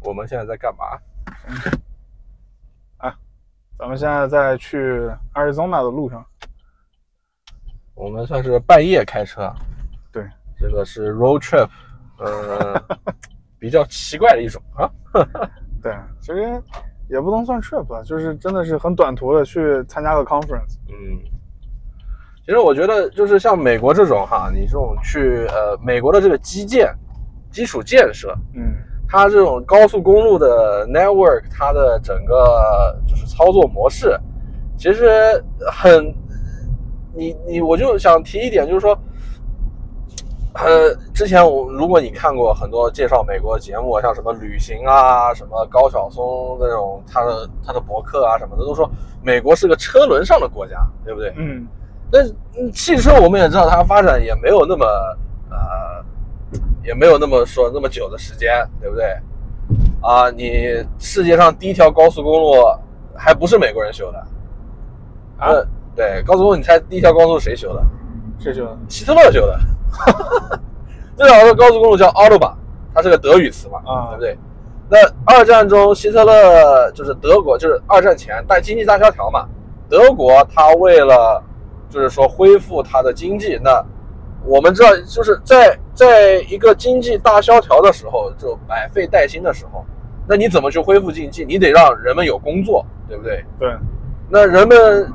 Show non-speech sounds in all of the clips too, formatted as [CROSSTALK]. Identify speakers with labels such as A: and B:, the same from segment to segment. A: 我们现在在干嘛？
B: 咱们现在在去 Arizona 的路上，
A: 我们算是半夜开车。
B: 对，
A: 这个是 road trip，呃，比较奇怪的一种啊。
B: 对，其实也不能算 trip 吧，就是真的是很短途的去参加个 conference。
A: 嗯，其实我觉得就是像美国这种哈，你这种去呃美国的这个基建、基础建设，
B: 嗯，
A: 它这种高速公路的 network，它的整个呃就是操作模式，其实很，你你我就想提一点，就是说，呃，之前我如果你看过很多介绍美国的节目，像什么旅行啊，什么高晓松这种他的他的博客啊什么的，都说美国是个车轮上的国家，对不对？
B: 嗯，
A: 但是嗯汽车我们也知道，它发展也没有那么呃，也没有那么说那么久的时间，对不对？啊，你世界上第一条高速公路还不是美国人修的
B: 啊
A: 呃对，高速公路你猜第一条高速是谁修的？
B: 这就
A: 希特勒修的。 [LAUGHS] 这条高速公路叫 Autobahn，它是个德语词嘛，
B: 啊
A: 对不对？那二战中，希特勒就是德国，就是二战前，但经济大萧条嘛，德国它为了就是说恢复它的经济，那我们知道，就是在在一个经济大萧条的时候，就百废待兴的时候，那你怎么去恢复经济？你得让人们有工作，对不对？
B: 对，
A: 那人们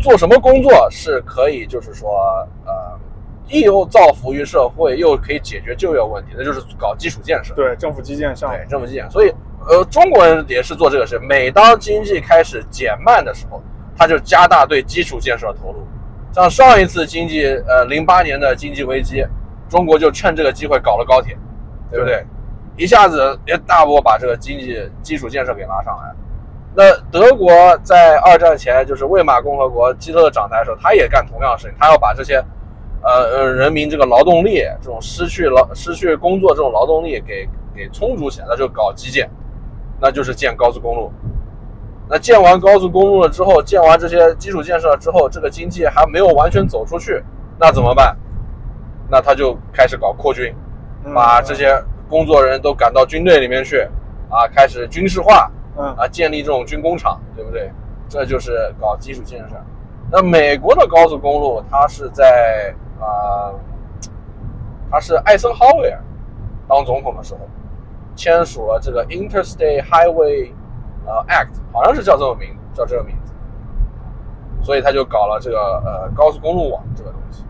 A: 做什么工作是可以，就是说，呃，既又造福于社会，又可以解决就业问题，那就是搞基础建设，
B: 对，政府基建项目
A: 对，，这么基建。所以，呃，中国人也是做这个事。每当经济开始减慢的时候，他就加大对基础建设的投入。像上一次经济，呃，零八年的经济危机，中国就趁这个机会搞了高铁，对不对？
B: 对
A: 一下子一大波把这个经济基础建设给拉上来。那德国在二战前，就是魏玛共和国希特勒掌台的时候，他也干同样的事情，他要把这些，呃呃，人民这个劳动力，这种失去劳失去工作这种劳动力给给充足起来，那就搞基建，那就是建高速公路。那建完高速公路了之后，建完这些基础建设了之后，这个经济还没有完全走出去，那怎么办？那他就开始搞扩军，
B: 嗯
A: 把这，些工作人都赶到军队里面去，啊，开始军事化，
B: 嗯
A: 啊，建立这种军工厂，对不对？这就是搞基础建设。那美国的高速公路，它是在啊、呃它是艾森豪威尔当总统的时候签署了这个 Interstate Highway 呃 Act，好像是叫这个名，叫这个名字，所以他就搞了这个呃高速公路网这个东西。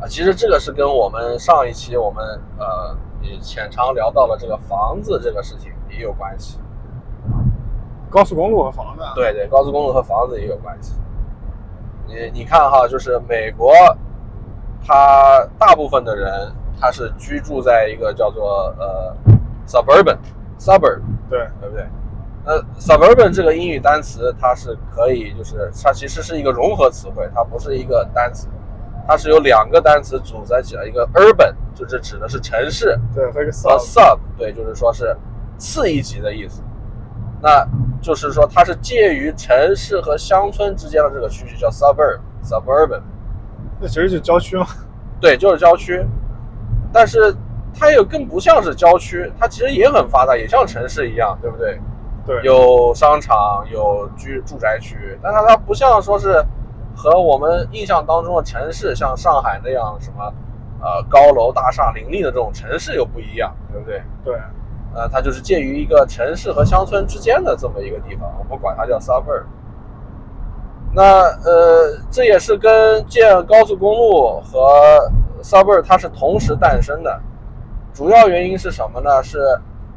A: 啊，其实这个是跟我们上一期我们呃也浅尝聊到了这个房子这个事情也有关系。
B: 高速公路和房子，，啊
A: 对对，高速公路和房子也有关系。你你看哈，就是美国，它大部分的人他是居住在一个叫做呃 suburban suburb，
B: 对，
A: 对不对？那 suburban 这个英语单词它是可以，就是它其实是一个融合词汇，它不是一个单词，它是由两个单词组在一起的。一个 urban 就是指的是城市，
B: 对，和一个
A: 呃
B: south，
A: sub 对，就是说是次一级的意思。那就是说它是介于城市和乡村之间的这个区域叫 suburb suburban，
B: 那其实就
A: [LAUGHS]
B: 郊区嘛，
A: 对，就是郊区。但是它又更不像是郊区，它其实也很发达，也像城市一样，对不对？
B: 对，
A: 有商场，有居住宅区，但它它不像说是和我们印象当中的城市，像上海那样什么呃高楼大厦林立的这种城市又不一样，对不对？
B: 对，
A: 呃，它就是介于一个城市和乡村之间的这么一个地方，我们管它叫 suburb。那呃，这也是跟建高速公路和 suburb 它是同时诞生的，主要原因是什么呢？是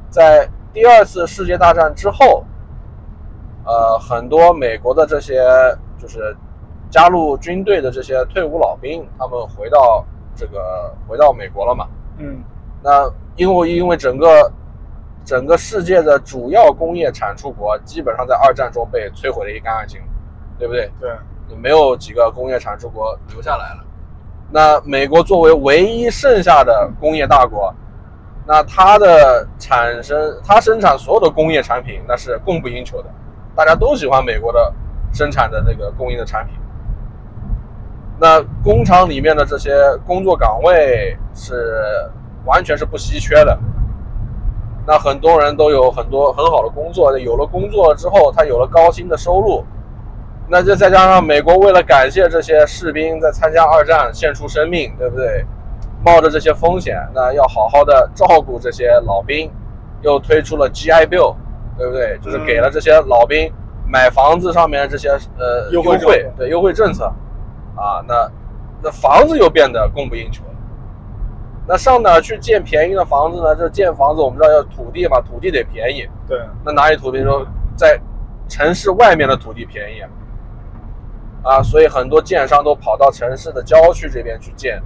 A: 在第二次世界大战之后，呃，很多美国的这些就是加入军队的这些退伍老兵，他们回到这个回到美国了嘛，
B: 嗯，
A: 那因为因为整个整个世界的主要工业产出国基本上在二战中被摧毁的一干二净，对不对？
B: 对，
A: 没有几个工业产出国留下来了。那美国作为唯一剩下的工业大国，那它的产生，它生产所有的工业产品，那是供不应求的，大家都喜欢美国的生产的那个供应的产品。那工厂里面的这些工作岗位是完全是不稀缺的，那很多人都有很多很好的工作，有了工作之后，他有了高薪的收入，那就再加上美国为了感谢这些士兵在参加二战献出生命，对不对？冒着这些风险，那要好好的照顾这些老兵，又推出了 GI Bill，对不对？就是给了这些老兵买房子上面这些呃
B: 优惠政策
A: 对优惠政策，啊，那那房子又变得供不应求了。那上哪儿去建便宜的房子呢？这建房子我们知道要土地嘛，土地得便宜。
B: 对，
A: 那哪里土地说在城市外面的土地便宜啊？啊，所以很多建商都跑到城市的郊区这边去建，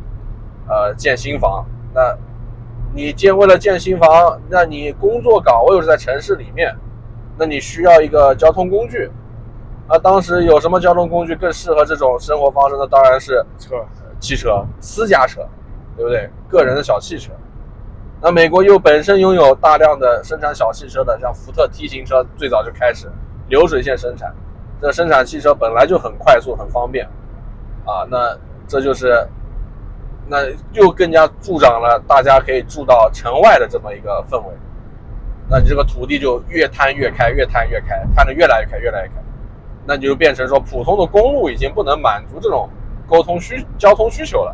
A: 呃，建新房。那你建为了建新房，那你工作岗位又是在城市里面，那你需要一个交通工具。啊，当时有什么交通工具更适合这种生活方式呢？当然是
B: 车，
A: 汽车、私家车，对不对？个人的小汽车。那美国又本身拥有大量的生产小汽车的，像福特 T 型车最早就开始流水线生产，这生产汽车本来就很快速、很方便，啊，那这就是，那又更加助长了大家可以住到城外的这么一个氛围，那你这个土地就越摊越开，越摊越开，摊的越来越开，越来越开，那你就变成说普通的公路已经不能满足这种沟通需交通需求了，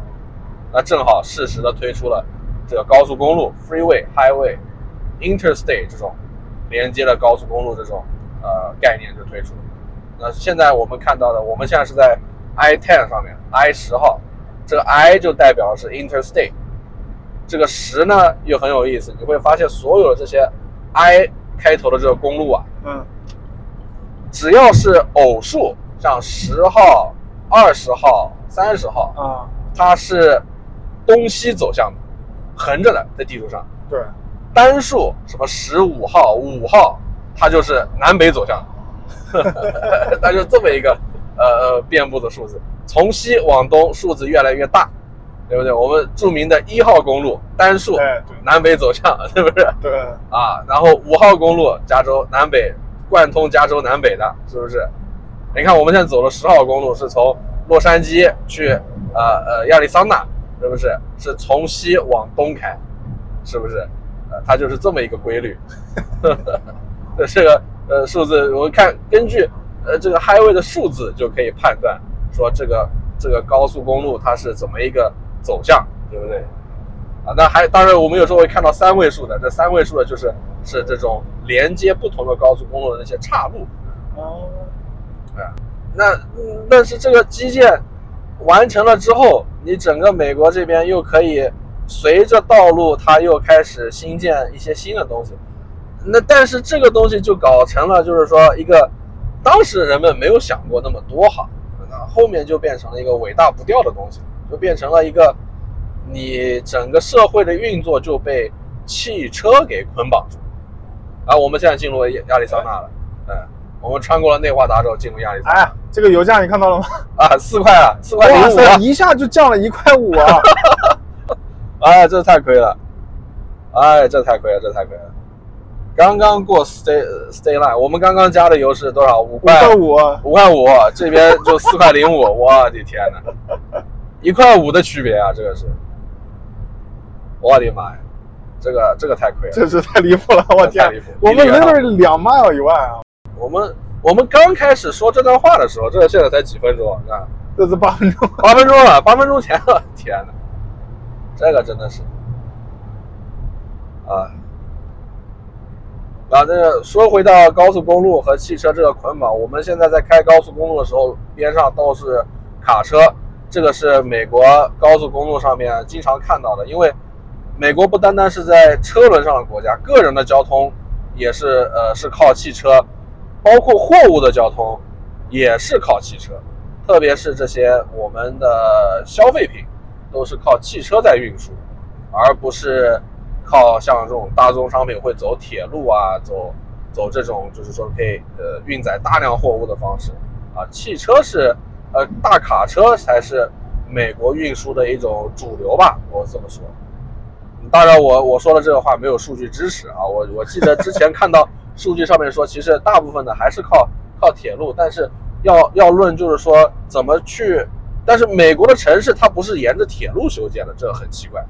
A: 那正好适时的推出了这个高速公路 （freeway、highway、interstate） 这种连接了高速公路这种呃概念就推出了。那现在我们看到的，我们现在是在 I-10 上面，I 十号，这个 I 就代表的是 interstate，这个十呢又很有意思，你会发现所有的这些 I 开头的这个公路啊，
B: 嗯，
A: 只要是偶数，像十号、二十号、三十号，
B: 啊，
A: 它是东西走向的，横着的在地图上。
B: 对，
A: 单数什么十五号、五号，它就是南北走向， [LAUGHS] 它就这么一个呃呃遍布的数字，从西往东数字越来越大，对不对？我们著名的一号公路单数
B: 哎，对，
A: 南北走向，是不是？
B: 对，
A: 啊，然后五号公路加州南北贯通加州南北的，是不是？你看我们现在走了十号公路，是从洛杉矶去呃呃亚利桑那，是不是？是从西往东开，是不是？呃，它就是这么一个规律。 [LAUGHS] 这是个呃数字，我们看根据呃这个 highway 的数字就可以判断说这个这个高速公路它是怎么一个走向，对不对？啊，那还当然我们有时候会看到三位数的，这三位数的就是是这种连接不同的高速公路的那些岔路。
B: 哦，
A: 那嗯但是这个基建完成了之后，你整个美国这边又可以随着道路，它又开始新建一些新的东西。那但是这个东西就搞成了，就是说一个当时人们没有想过那么多哈，那后面就变成了一个伟大不掉的东西，就变成了一个你整个社会的运作就被汽车给捆绑住。啊，我们现在进入亚亚利桑那了，嗯，我们穿过了内华达州，进入亚利桑那。
B: 哎，这个油价你看到了吗？
A: 啊，四块啊，四块
B: 哇
A: 零五啊
B: 塞，！一下就降了一块五
A: [LAUGHS]
B: 啊！
A: 哎，这太亏了，哎，这太亏了，这太亏了。刚刚过 stay stay line，我们刚刚加的油是多少？五
B: 五
A: 块
B: 块五，啊
A: 五块五，这边就四块零五， [LAUGHS] 我的天呐，一块五的区别啊，这个是，我的妈呀，这个这个太亏了，
B: 这是太离谱了！我天
A: 太离谱，
B: 我们
A: 比这个还
B: liver 两 mile 以外啊，
A: 我们我们刚开始说这段话的时候，这个现在才几分钟啊？
B: 这是八分钟。
A: 八分钟了，八分钟前了，天哪，这个真的是，啊，啊，这个说回到高速公路和汽车这个捆绑，我们现在在开高速公路的时候，边上都是卡车，这个是美国高速公路上面经常看到的，因为美国不单单是在车轮上的国家，个人的交通也是呃是靠汽车，包括货物的交通也是靠汽车。特别是这些我们的消费品都是靠汽车在运输，而不是靠像这种大宗商品会走铁路啊，走走这种就是说可以呃运载大量货物的方式啊。汽车是呃大卡车才是美国运输的一种主流吧，我这么说。当然我，我说的这个话没有数据支持啊。我我记得之前看到数据上面说，其实大部分的还是靠靠铁路，但是要要论就是说怎么去，但是美国的城市它不是沿着铁路修建的，这很奇怪。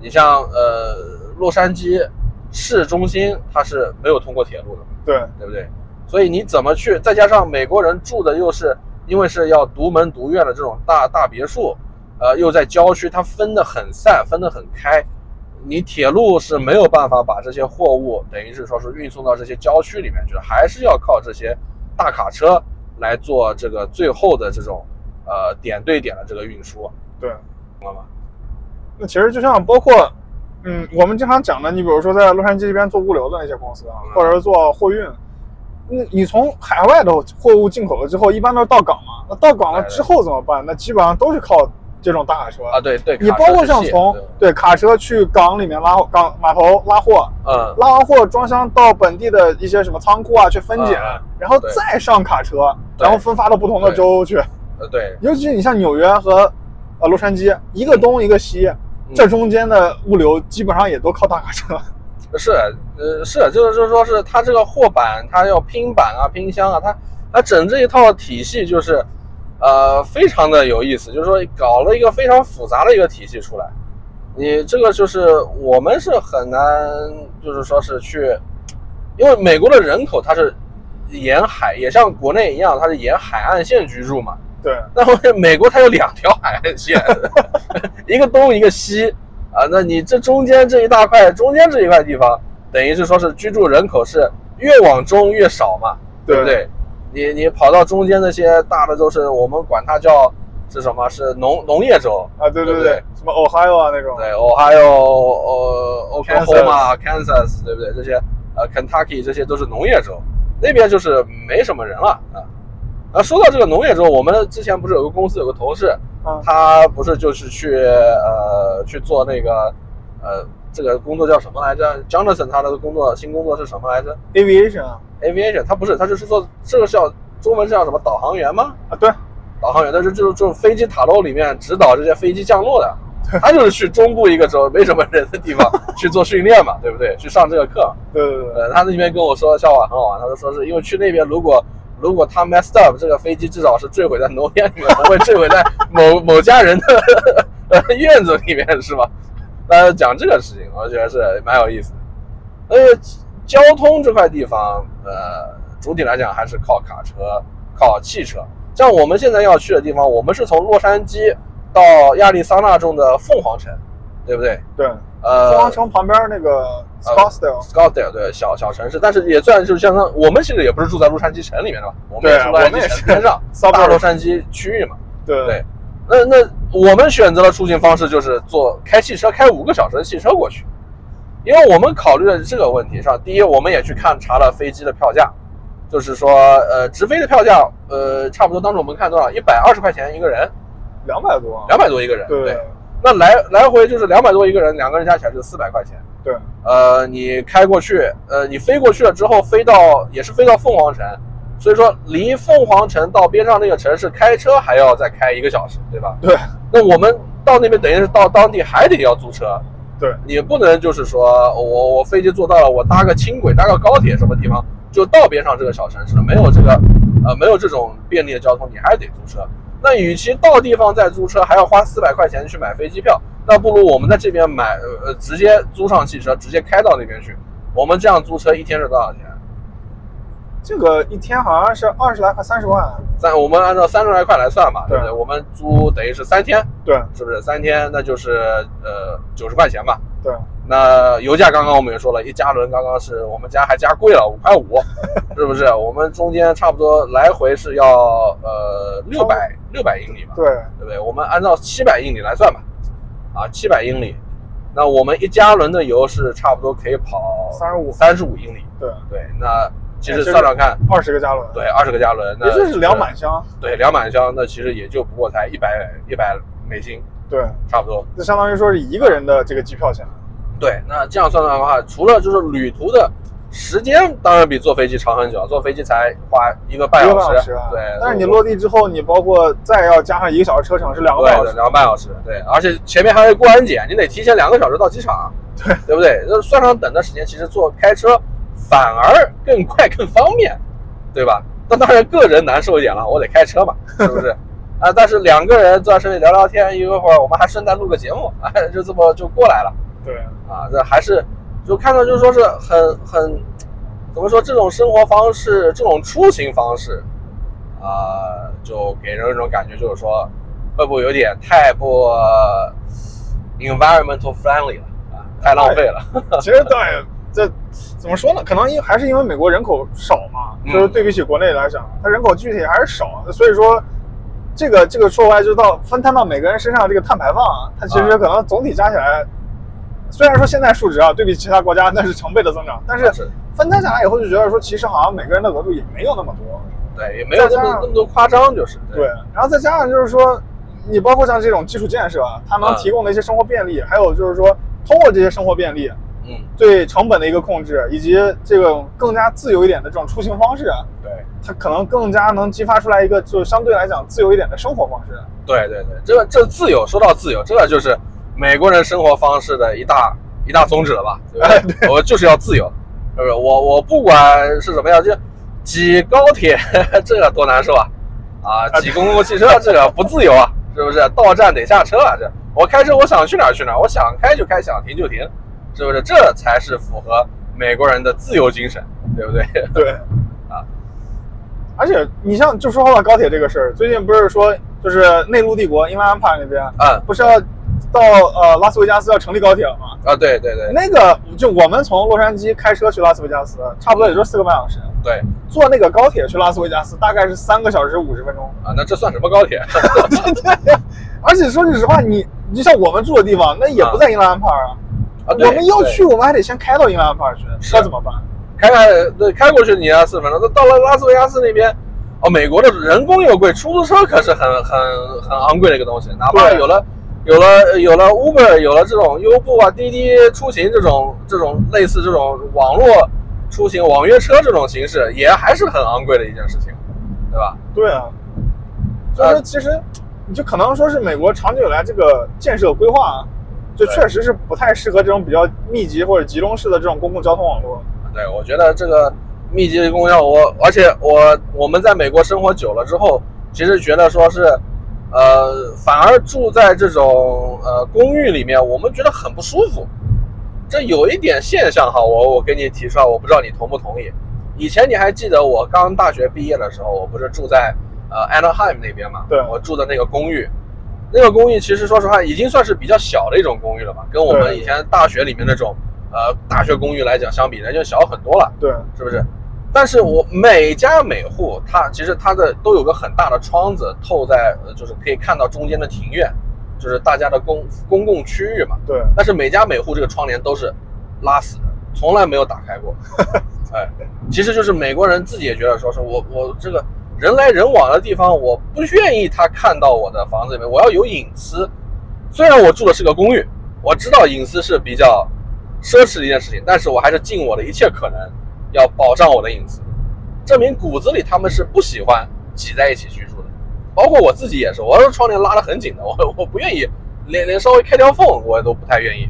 A: 你像呃洛杉矶市中心它是没有通过铁路的，
B: 对，
A: 对不对？所以你怎么去？再加上美国人住的又是因为是要独门独院的这种大大别墅，呃，又在郊区，它分得很散，分得很开。你铁路是没有办法把这些货物，等于是说是运送到这些郊区里面去，还是要靠这些大卡车来做这个最后的这种呃点对点的这个运输。
B: 对，那其实就像包括，嗯，我们经常讲的，你比如说在洛杉矶这边做物流的那些公司啊
A: 嗯，
B: 或者是做货运，那你从海外的货物进口了之后，一般都是到港嘛。那到港了
A: 对对
B: 之后怎么办？那基本上都是靠这种大卡车
A: 哎啊，。对对，
B: 你
A: 卡
B: 包
A: 车
B: 括
A: 是
B: 像
A: 细
B: 从
A: 对
B: 对卡车去港里面拉货港码头拉货，
A: 嗯
B: 拉完货装箱到本地的一些什么仓库啊去分拣
A: 嗯嗯，
B: 然后
A: 对
B: 再上卡车，
A: 对
B: 然后分发到不同的
A: 对
B: 州去。
A: 呃对，
B: 尤其是你像纽约和呃洛杉矶，一个
A: 嗯
B: 东一个西，这中间的物流基本上也都靠大卡车。 [LAUGHS]
A: 是，呃，是，就是就是说是它这个货板，它要拼板啊、拼箱啊，它它整这一套体系就是，呃，非常的有意思，就是说搞了一个非常复杂的一个体系出来。你这个就是我们是很难，就是说是去，因为美国的人口它是沿海，也像国内一样，它是沿海岸线居住嘛。
B: 对，
A: [LAUGHS] 那么美国它有两条海岸线， [LAUGHS] 一个东一个西啊。那你这中间这一大块，中间这一块地方，等于是说是居住人口是越往中越少嘛，对不对？你你跑到中间那些大的州是，我们管它叫是什么？是农农业州，
B: 啊，对
A: 对不
B: 对
A: 对，
B: 什么 Ohio 啊那种，
A: 对，Ohio、呃 Oklahoma、Kansas，对不对？这些呃 Kentucky 这些都是农业州，那边就是没什么人了啊。啊，说到这个农业州，我们之前不是有个公司有个同事，
B: 啊，
A: 他不是就是去呃去做那个呃这个工作叫什么来着？Jonathan 他的工作新工作是什么来着
B: aviation 啊，
A: ？Aviation，他不是，他就是做这个叫中文是叫什么导航员吗？
B: 啊对，
A: 导航员，但是就是这种飞机塔楼里面指导这些飞机降落的，他就是去中部一个州没什么人的地方去做训练嘛，对不对？去上这个课。
B: 对对对，
A: 呃，他那边跟我说笑话很好玩，他就说是因为去那边如果如果他 messed up，这个飞机至少是坠毁在农田里面，不会坠毁在
B: [LAUGHS]
A: 某某家人的呃院子里面，是吧？呃，讲这个事情，我觉得是蛮有意思的。呃，交通这块地方，呃，主体来讲还是靠卡车、靠汽车。像我们现在要去的地方，我们是从洛杉矶到亚利桑那州的凤凰城，对不对？
B: 对，
A: 呃，
B: 凤凰城旁边那个 Scottsdale，
A: Scottsdale 对小小城市，但是也算是相当。我们其实也不是住在洛杉矶城里面的嘛，我们也
B: 对
A: 是洛杉
B: 我们
A: 矶
B: 也
A: 城
B: 是
A: 边上
B: Suburb
A: 大洛杉矶区域嘛。
B: 对
A: 对，那那我们选择的出行方式就是坐开汽车，开五个小时的汽车过去，因为我们考虑了这个问题上，第一，我们也去看查了飞机的票价，就是说呃直飞的票价呃差不多当时我们看多少，一百二十块钱一个人，
B: 两百多啊，
A: 两百多一个人，
B: 对
A: 那来来回就是两百多一个人，两个人加起来就是四百块钱。
B: 对
A: 呃，你开过去，呃，你飞过去了之后，飞到也是飞到凤凰城，所以说离凤凰城到边上那个城市开车还要再开一个小时，对吧？
B: 对
A: 那我们到那边等于是到当地还得要租车，
B: 对，
A: 你不能就是说我我飞机坐到了，我搭个轻轨，搭个高铁什么地方就到边上这个小城市了，没有这个呃没有这种便利的交通，你还是得租车。那与其到地方再租车，还要花四百块钱去买飞机票，那不如我们在这边买呃呃直接租上汽车，直接开到那边去。我们这样租车一天是多少钱？
B: 这个一天好像是二十来块三十万，
A: 三，我们按照三十来块来算吧，对不对？
B: 对
A: 我们租等于是三天，
B: 对
A: 是不是？三天那就是呃九十块钱吧。
B: 对
A: 那油价刚刚我们也说了，一加仑刚刚是我们家还加贵了五块
B: [LAUGHS]
A: 五，是不是？我们中间差不多来回是要呃六百六百英里吧，
B: 对
A: 对不对？我们按照七百英里来算吧，啊，七百英里，那我们一加仑的油是差不多可以跑
B: 35
A: 三十五英里，
B: 对，
A: 对，那其实
B: 哎这个
A: 算算看，
B: 二十个加仑，
A: 对，二十个加仑，那
B: 也就是两满箱，
A: 对，两满箱，那其实也就不过才一百一百美金，
B: 对，
A: 差不多。
B: 就相当于说是一个人的这个机票钱，
A: 对，那这样算算的话，除了就是旅途的时间，当然比坐飞机长很久，坐飞机才花一个半
B: 一
A: 小
B: 个
A: 时。
B: 半小时啊，
A: 对，
B: 但是你落地之后，你包括再要加上一个小时车程，是两个
A: 对
B: 半小
A: 对
B: 时。
A: 两个半小时，对，而且前面还得过安检，你得提前两个小时到机场，
B: [LAUGHS]
A: 对，对不对？那算上等的时间，其实坐开车反而更快更方便，对吧？那当然个人难受一点了，我得开
B: [LAUGHS]
A: 车嘛，是不是？啊，但是两个人坐在车里聊聊哎天，一会儿我们还顺带录个节目，啊，就这么就过来了。
B: 对
A: 啊，这还是就看到就是说是很很怎么说这种生活方式，这种出行方式，啊、就给人一种感觉，就是说会不会有点太不 environmental friendly 了啊，太浪费了。
B: 其实倒也这怎么说呢？可能因为还是因为美国人口少嘛，
A: 嗯
B: 就是对比起国内来讲，它人口具体还是少，啊所以说这个这个说回来就到分摊到每个人身上的这个碳排放啊，它其实
A: 啊
B: 可能总体加起来，虽然说现在数值啊对比其他国家那是成倍的增长，但是
A: 是
B: 分摊下来以后就觉得说，其实好像每个人的额度也没有那么多，
A: [LAUGHS] 对，也没有那
B: 再加
A: 么
B: 上
A: 那么多夸张，就是
B: 对，然后再加上就是说，你包括像这种基础建设啊，它能
A: 嗯
B: 提供的一些生活便利，还有就是说通过这些生活便利。
A: 嗯，
B: 对成本的一个控制，以及这种更加自由一点的这种出行方式，啊
A: 对。
B: 它可能更加能激发出来一个就是相对来讲自由一点的生活方式。
A: 对对对，这个这自由，说到自由，这个就是美国人生活方式的一大一大宗旨了吧？对不
B: 哎
A: 对？我就是要自由，是不是？我我不管是什么样，就挤高铁 [LAUGHS] 这个多难受啊！啊，挤公共汽车这个不自由啊，是不是？到站得下车啊！这我开车我想去哪儿去哪儿，我想开就开，想停就停，是不是？这才是符合美国人的自由精神，对不 [LAUGHS] 对？
B: 对，
A: 啊，
B: 而且你像就说到高铁这个事儿，最近不是说就是内陆帝国英兰安帕那边啊
A: 嗯
B: 不是要到呃拉斯维加斯要成立高铁了吗？
A: 啊，对对对
B: 那个就我们从洛杉矶开车去拉斯维加斯，差不多也就四个半小时，
A: 对
B: 坐那个高铁去拉斯维加斯大概是三个小时五十分钟。
A: 啊，那这算什么高铁？ [LAUGHS] 啊
B: 而且说句实话，你你就像我们住的地方，那也不在英兰安帕尔啊。
A: 啊，对
B: 我们要
A: 对
B: 去，我们还得先开到英兰安帕尔去，
A: 是
B: 那怎么办？
A: 开开对开过去你要四十分钟，那到了拉斯维加斯那边，哦，美国的人工又贵，出租车可是很很很昂贵的一个东西，哪怕
B: 对
A: 有了有了有了 Uber，有了这种优步啊、滴滴出行这种这种类似这种网络出行、网约车这种形式，也还是很昂贵的一件事情，对吧？
B: 对啊，所以说其实你就可能说是美国长久以来这个建设规划，啊就
A: 对
B: 确实是不太适合这种比较密集或者集中式的这种公共交通网络。
A: 对，我觉得这个密集的公交，我而且我我们在美国生活久了之后，其实觉得说是，呃，反而住在这种呃公寓里面，我们觉得很不舒服。这有一点现象哈，我我给你提出啊来，我不知道你同不同意。以前你还记得我刚大学毕业的时候，我不是住在呃 Anaheim 那边嘛？
B: 对
A: 我住的那个公寓，那个公寓其实说实话已经算是比较小的一种公寓了吧，跟我们
B: 对
A: 以前大学里面那种呃大学公寓来讲相比，那就小很多了，
B: 对，
A: 是不是？但是我每家每户，它其实它的都有个很大的窗子透在，呃就是可以看到中间的庭院，就是大家的公公共区域嘛。
B: 对，
A: 但是每家每户这个窗帘都是拉死的，从来没有打开过。哎，其实就是美国人自己也觉得说，说我我这个人来人往的地方，我不愿意他看到我的房子里面，我要有隐私。虽然我住的是个公寓，我知道隐私是比较奢侈的一件事情，但是我还是尽我的一切可能要保障我的隐私。证明骨子里他们是不喜欢挤在一起居住的，包括我自己也是，我的窗帘拉得很紧的，我 [LAUGHS] 我不愿意连连稍微开条缝我都不太愿意，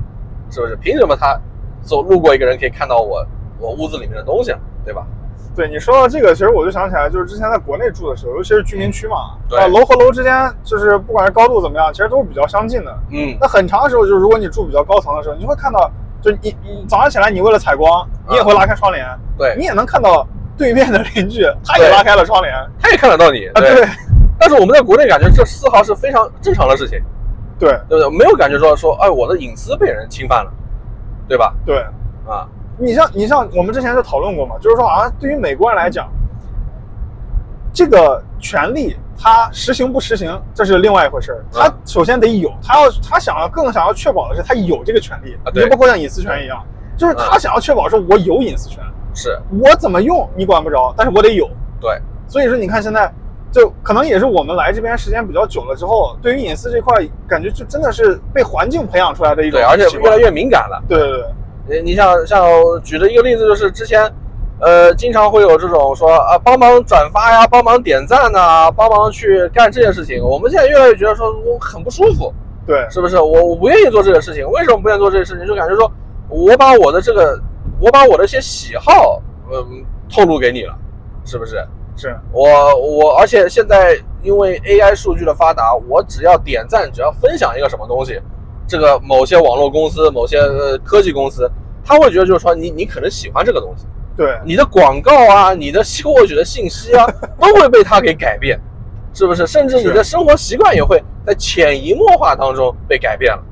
A: 是不是？凭什么他走路过一个人可以看到我我屋子里面的东西呢，对吧？
B: 对你说到这个，其实我就想起来，就是之前在国内住的时候，尤其是居民区嘛，
A: 嗯对
B: 啊，楼和楼之间就是不管是高度怎么样，其实都是比较相近的。
A: 嗯，
B: 那很长的时候，就是如果你住比较高层的时候，你会看到，就是你你早上起来，你为了采光，你也会拉开窗帘，
A: 对
B: 你，也能看到对面的邻居，他也
A: 嗯对
B: 拉开了窗帘啊，
A: 他也看得到你，对。
B: 对
A: 但是我们在国内感觉这丝毫是非常正常的事情，
B: 对
A: 对不对？没有感觉说说，哎，我的隐私被人侵犯了，对吧？
B: 对，
A: 啊，
B: 你像你像我们之前就讨论过嘛，就是说好像对于美国人来讲，这个权利他实行不实行，这是另外一回事儿。他
A: 嗯
B: 首先得有，他要他想要更想要确保的是他有这个权利
A: 啊，对
B: 你就包括像隐私权一样，就是他
A: 嗯
B: 想要确保说我有隐私权，
A: 是
B: 我怎么用你管不着，但是我得有。
A: 对，
B: 所以说你看现在，就可能也是我们来这边时间比较久了之后，对于隐私这块儿感觉就真的是被环境培养出来的一种
A: 对，而且
B: 习
A: 越
B: 惯
A: 来越敏感了。
B: 对对对
A: 你你像像我举的一个例子，就是之前，呃，经常会有这种说啊，帮忙转发呀，帮忙点赞呐、帮忙去干这些事情。我们现在越来越觉得说我很不舒服，
B: 对
A: 是不是？我我不愿意做这个事情，为什么不愿意做这个事情？就感觉说我把我的这个，我把我的一些喜好，嗯，透露给你了，是不是？
B: 是，
A: 我我，而且现在因为 AI 数据的发达，我只要点赞，只要分享一个什么东西，这个某些网络公司、某些呃科技公司，他会觉得就是说你你可能喜欢这个东西，
B: 对，
A: 你的广告啊，你的获取的信息啊，都会被它给改变，是不是？甚至你的生活习惯也会在潜移默化当中被改变了。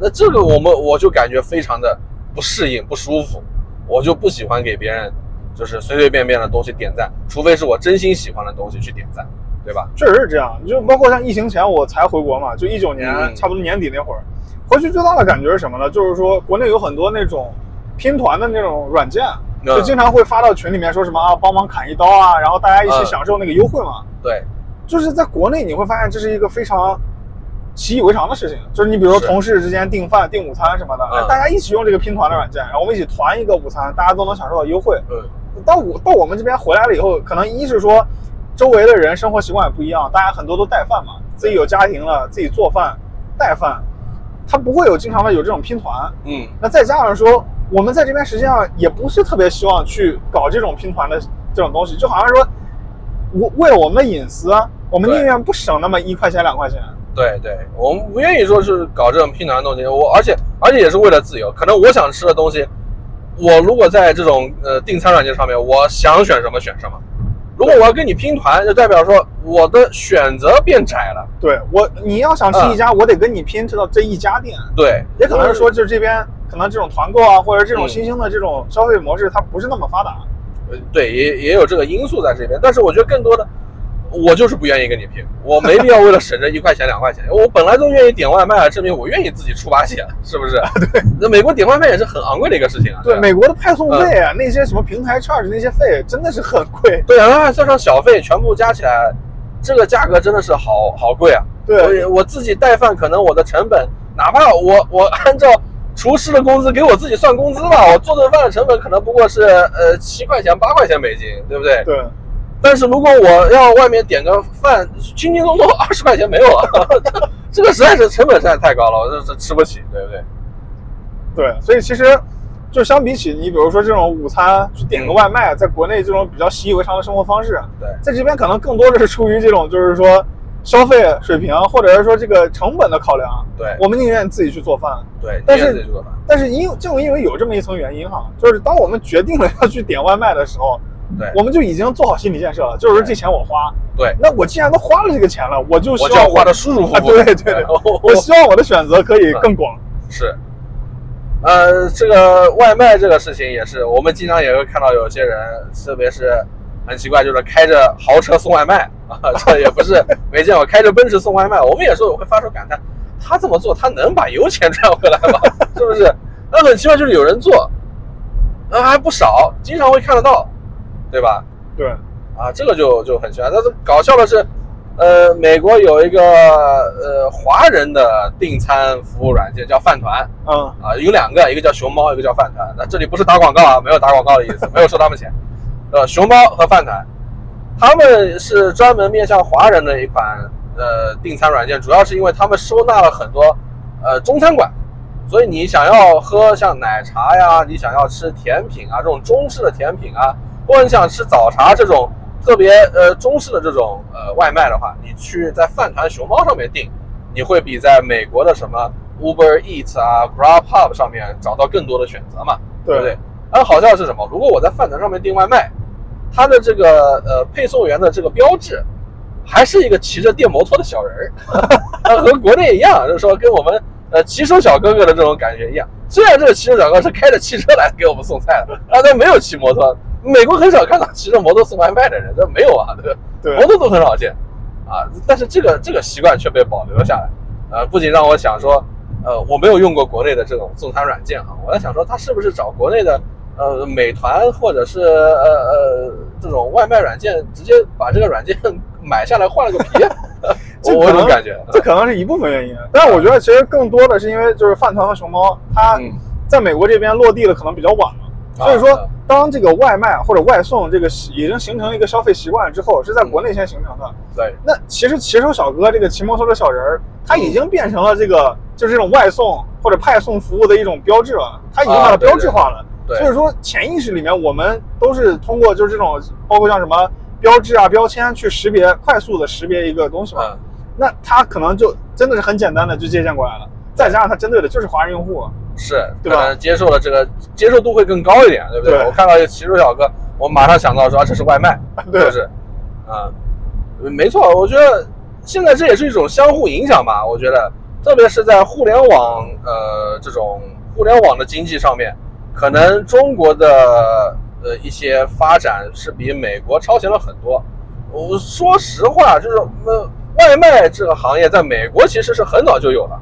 A: 那这个我们我就感觉非常的不适应、不舒服，我就不喜欢给别人就是随随便便的东西点赞，除非是我真心喜欢的东西去点赞，对吧？
B: 确实是这样。就包括像疫情前我才回国嘛，就一九年、
A: 嗯
B: 差不多年底那会儿，回去最大的感觉是什么呢？就是说国内有很多那种拼团的那种软件，
A: 嗯
B: 就经常会发到群里面说什么啊，帮忙砍一刀啊，然后大家一起
A: 嗯
B: 享受那个优惠嘛。
A: 对，
B: 就是在国内你会发现这是一个非常习以为常的事情，就是你比如说
A: 是
B: 同事之间订饭、订午餐什么的，
A: 嗯
B: 哎大家一起用这个拼团的软件，然后我们一起团一个午餐，大家都能享受到优惠。
A: 嗯，
B: 到我到我们这边回来了以后，可能一是说周围的人生活习惯也不一样，大家很多都带饭嘛，自己有家庭了，自己做饭带饭，他不会有经常的有这种拼团。
A: 嗯，
B: 那再加上说，我们在这边实际上也不是特别希望去搞这种拼团的这种东西，就好像说，我为了我们的隐私，我们
A: 对
B: 宁愿不省那么一块钱两块钱。
A: 对对，我们不愿意说是搞这种拼团的东西，我而且而且也是为了自由。可能我想吃的东西，我如果在这种呃订餐软件上面，我想选什么选什么。如果我要跟你拼团，就代表说我的选择变窄了。
B: 对我，你要想吃一家，我得跟你拼，吃到这一家店。
A: 对，
B: 也可能是说，就是这边可能这种团购啊，或者这种
A: 嗯
B: 新兴的这种消费模式，它不是那么发达。
A: 呃对也也有这个因素在这边，但是我觉得更多的，我就是不愿意跟你拼，我没必要为了省这一块钱两块钱，我本来都愿意点外卖了，证明我愿意自己出把血，是不是？对，那美国点外卖也是很昂贵的一个事情啊。
B: 对，
A: 吧
B: 美国的派送费啊，那些什么平台 charge 那些费真的是很贵。
A: 对啊，然后算上小费，全部加起来，这个价格真的是好好贵啊！
B: 对，
A: 我我自己带饭，可能我的成本，哪怕我我按照厨师的工资给我自己算工资吧，我做顿饭的成本可能不过是呃七块钱八块钱美金，对不对？
B: 对，
A: 但是如果我要外面点个饭，轻轻松松二十块钱没有啊， [LAUGHS] 这个实在是成本实在太高了，我这这吃不起，对不对？
B: 对，所以其实就相比起你，比如说这种午餐去点个外卖，在国内这种比较习以为常的生活方式，啊
A: 对
B: 在这边可能更多的是出于这种就是说消费水平啊或者是说这个成本的考量，啊
A: 对
B: 我们宁愿自己去做饭。
A: 对，
B: 但是
A: 你也自己做饭，
B: 但是因正因为有这么一层原因哈，就是当我们决定了要去点外卖的时候，
A: 对，
B: 我们就已经做好心理建设了，就是说这钱我花。
A: 对
B: 那我既然都花了这个钱了，我就
A: 我
B: 希
A: 就要
B: 望
A: 花嗯的舒舒服
B: 啊
A: 服。
B: 对对对我希望我的选择可以更广。
A: 是，呃，这个外卖这个事情也是，我们经常也会看到有些人，特别是很奇怪，就是开着豪车送外卖啊，这也不是没见过开着奔驰送外卖，我们也是会发出感叹，他这么做，他能把油钱赚回来吗？ [LAUGHS] 是不是？那很奇怪，就是有人做，那还不少，经常会看得到，对吧？
B: 对，
A: 啊，这个就就很奇怪。但是搞笑的是，呃，美国有一个呃华人的订餐服务软件叫饭团
B: 嗯，
A: 啊，有两个，一个叫熊猫，一个叫饭团。那这里不是打广告啊，没有打广告的意思，没有收他们钱。呃，熊猫和饭团，他们是专门面向华人的一款呃订餐软件，主要是因为他们收纳了很多呃中餐馆。所以你想要喝像奶茶呀，你想要吃甜品啊，这种中式的甜品啊，或者你啊想吃早茶这种特别呃中式的这种呃外卖的话，你去在饭团熊猫上面订，你会比在美国的什么 Uber Eats 啊、Grubhub 上面找到更多的选择嘛，对不对？而好笑的是什么？如果我在饭团上面订外卖，它的这个呃配送员的这个标志，还是一个骑着电摩托的小人儿， [LAUGHS] 呃和国内一样，就是说跟我们呃骑手小哥哥的这种感觉一样。虽然这个骑手小哥是开着汽车来给我们送菜的，啊，但没有骑摩托。美国很少看到骑着摩托送外卖的人，这没有啊，对吧？
B: 对
A: 摩托都很少见啊。但是这个这个习惯却被保留了下来，呃，不仅让我想说，呃，我没有用过国内的这种送餐软件啊，我在想说，他是不是找国内的呃美团或者是呃呃这种外卖软件，直接把这个软件买下来换了个
B: [LAUGHS]
A: 皮？
B: 这
A: 我我
B: 可
A: 有种
B: 能
A: 感觉，嗯
B: 这可能是一部分原因，啊但是我觉得其实更多的是因为就是饭团和熊猫它
A: 嗯啊
B: 在美国这边落地的可能比较晚了，所以说当这个外卖或者外送这个习已经形成了一个消费习惯之后，是在国内先形成的。
A: 对
B: 那其实骑手小哥这个骑摩托的小人儿，他
A: 嗯
B: 已经变成了这个就是这种外送或者派送服务的一种标志了，他已经把它
A: 啊对
B: 标志化了。
A: 对
B: 所以说潜意识里面，我们都是通过就是这种包括像什么标志啊、标签去识别，快速的识别一个东西嘛。
A: 嗯
B: 那他可能就真的是很简单的就借鉴过来了，再加上他针对的就是华人用户，
A: 是，
B: 对吧
A: 可能接受了这个接受度会更高一点，对不对？
B: 对
A: 我看到有骑手小哥，我马上想到说啊，这是外卖，
B: [LAUGHS] 对
A: 就是，啊、没错，我觉得现在这也是一种相互影响吧。我觉得，特别是在互联网呃这种互联网的经济上面，可能中国的呃一些发展是比美国超前了很多。我说实话，就是呃外卖这个行业在美国其实是很早就有了。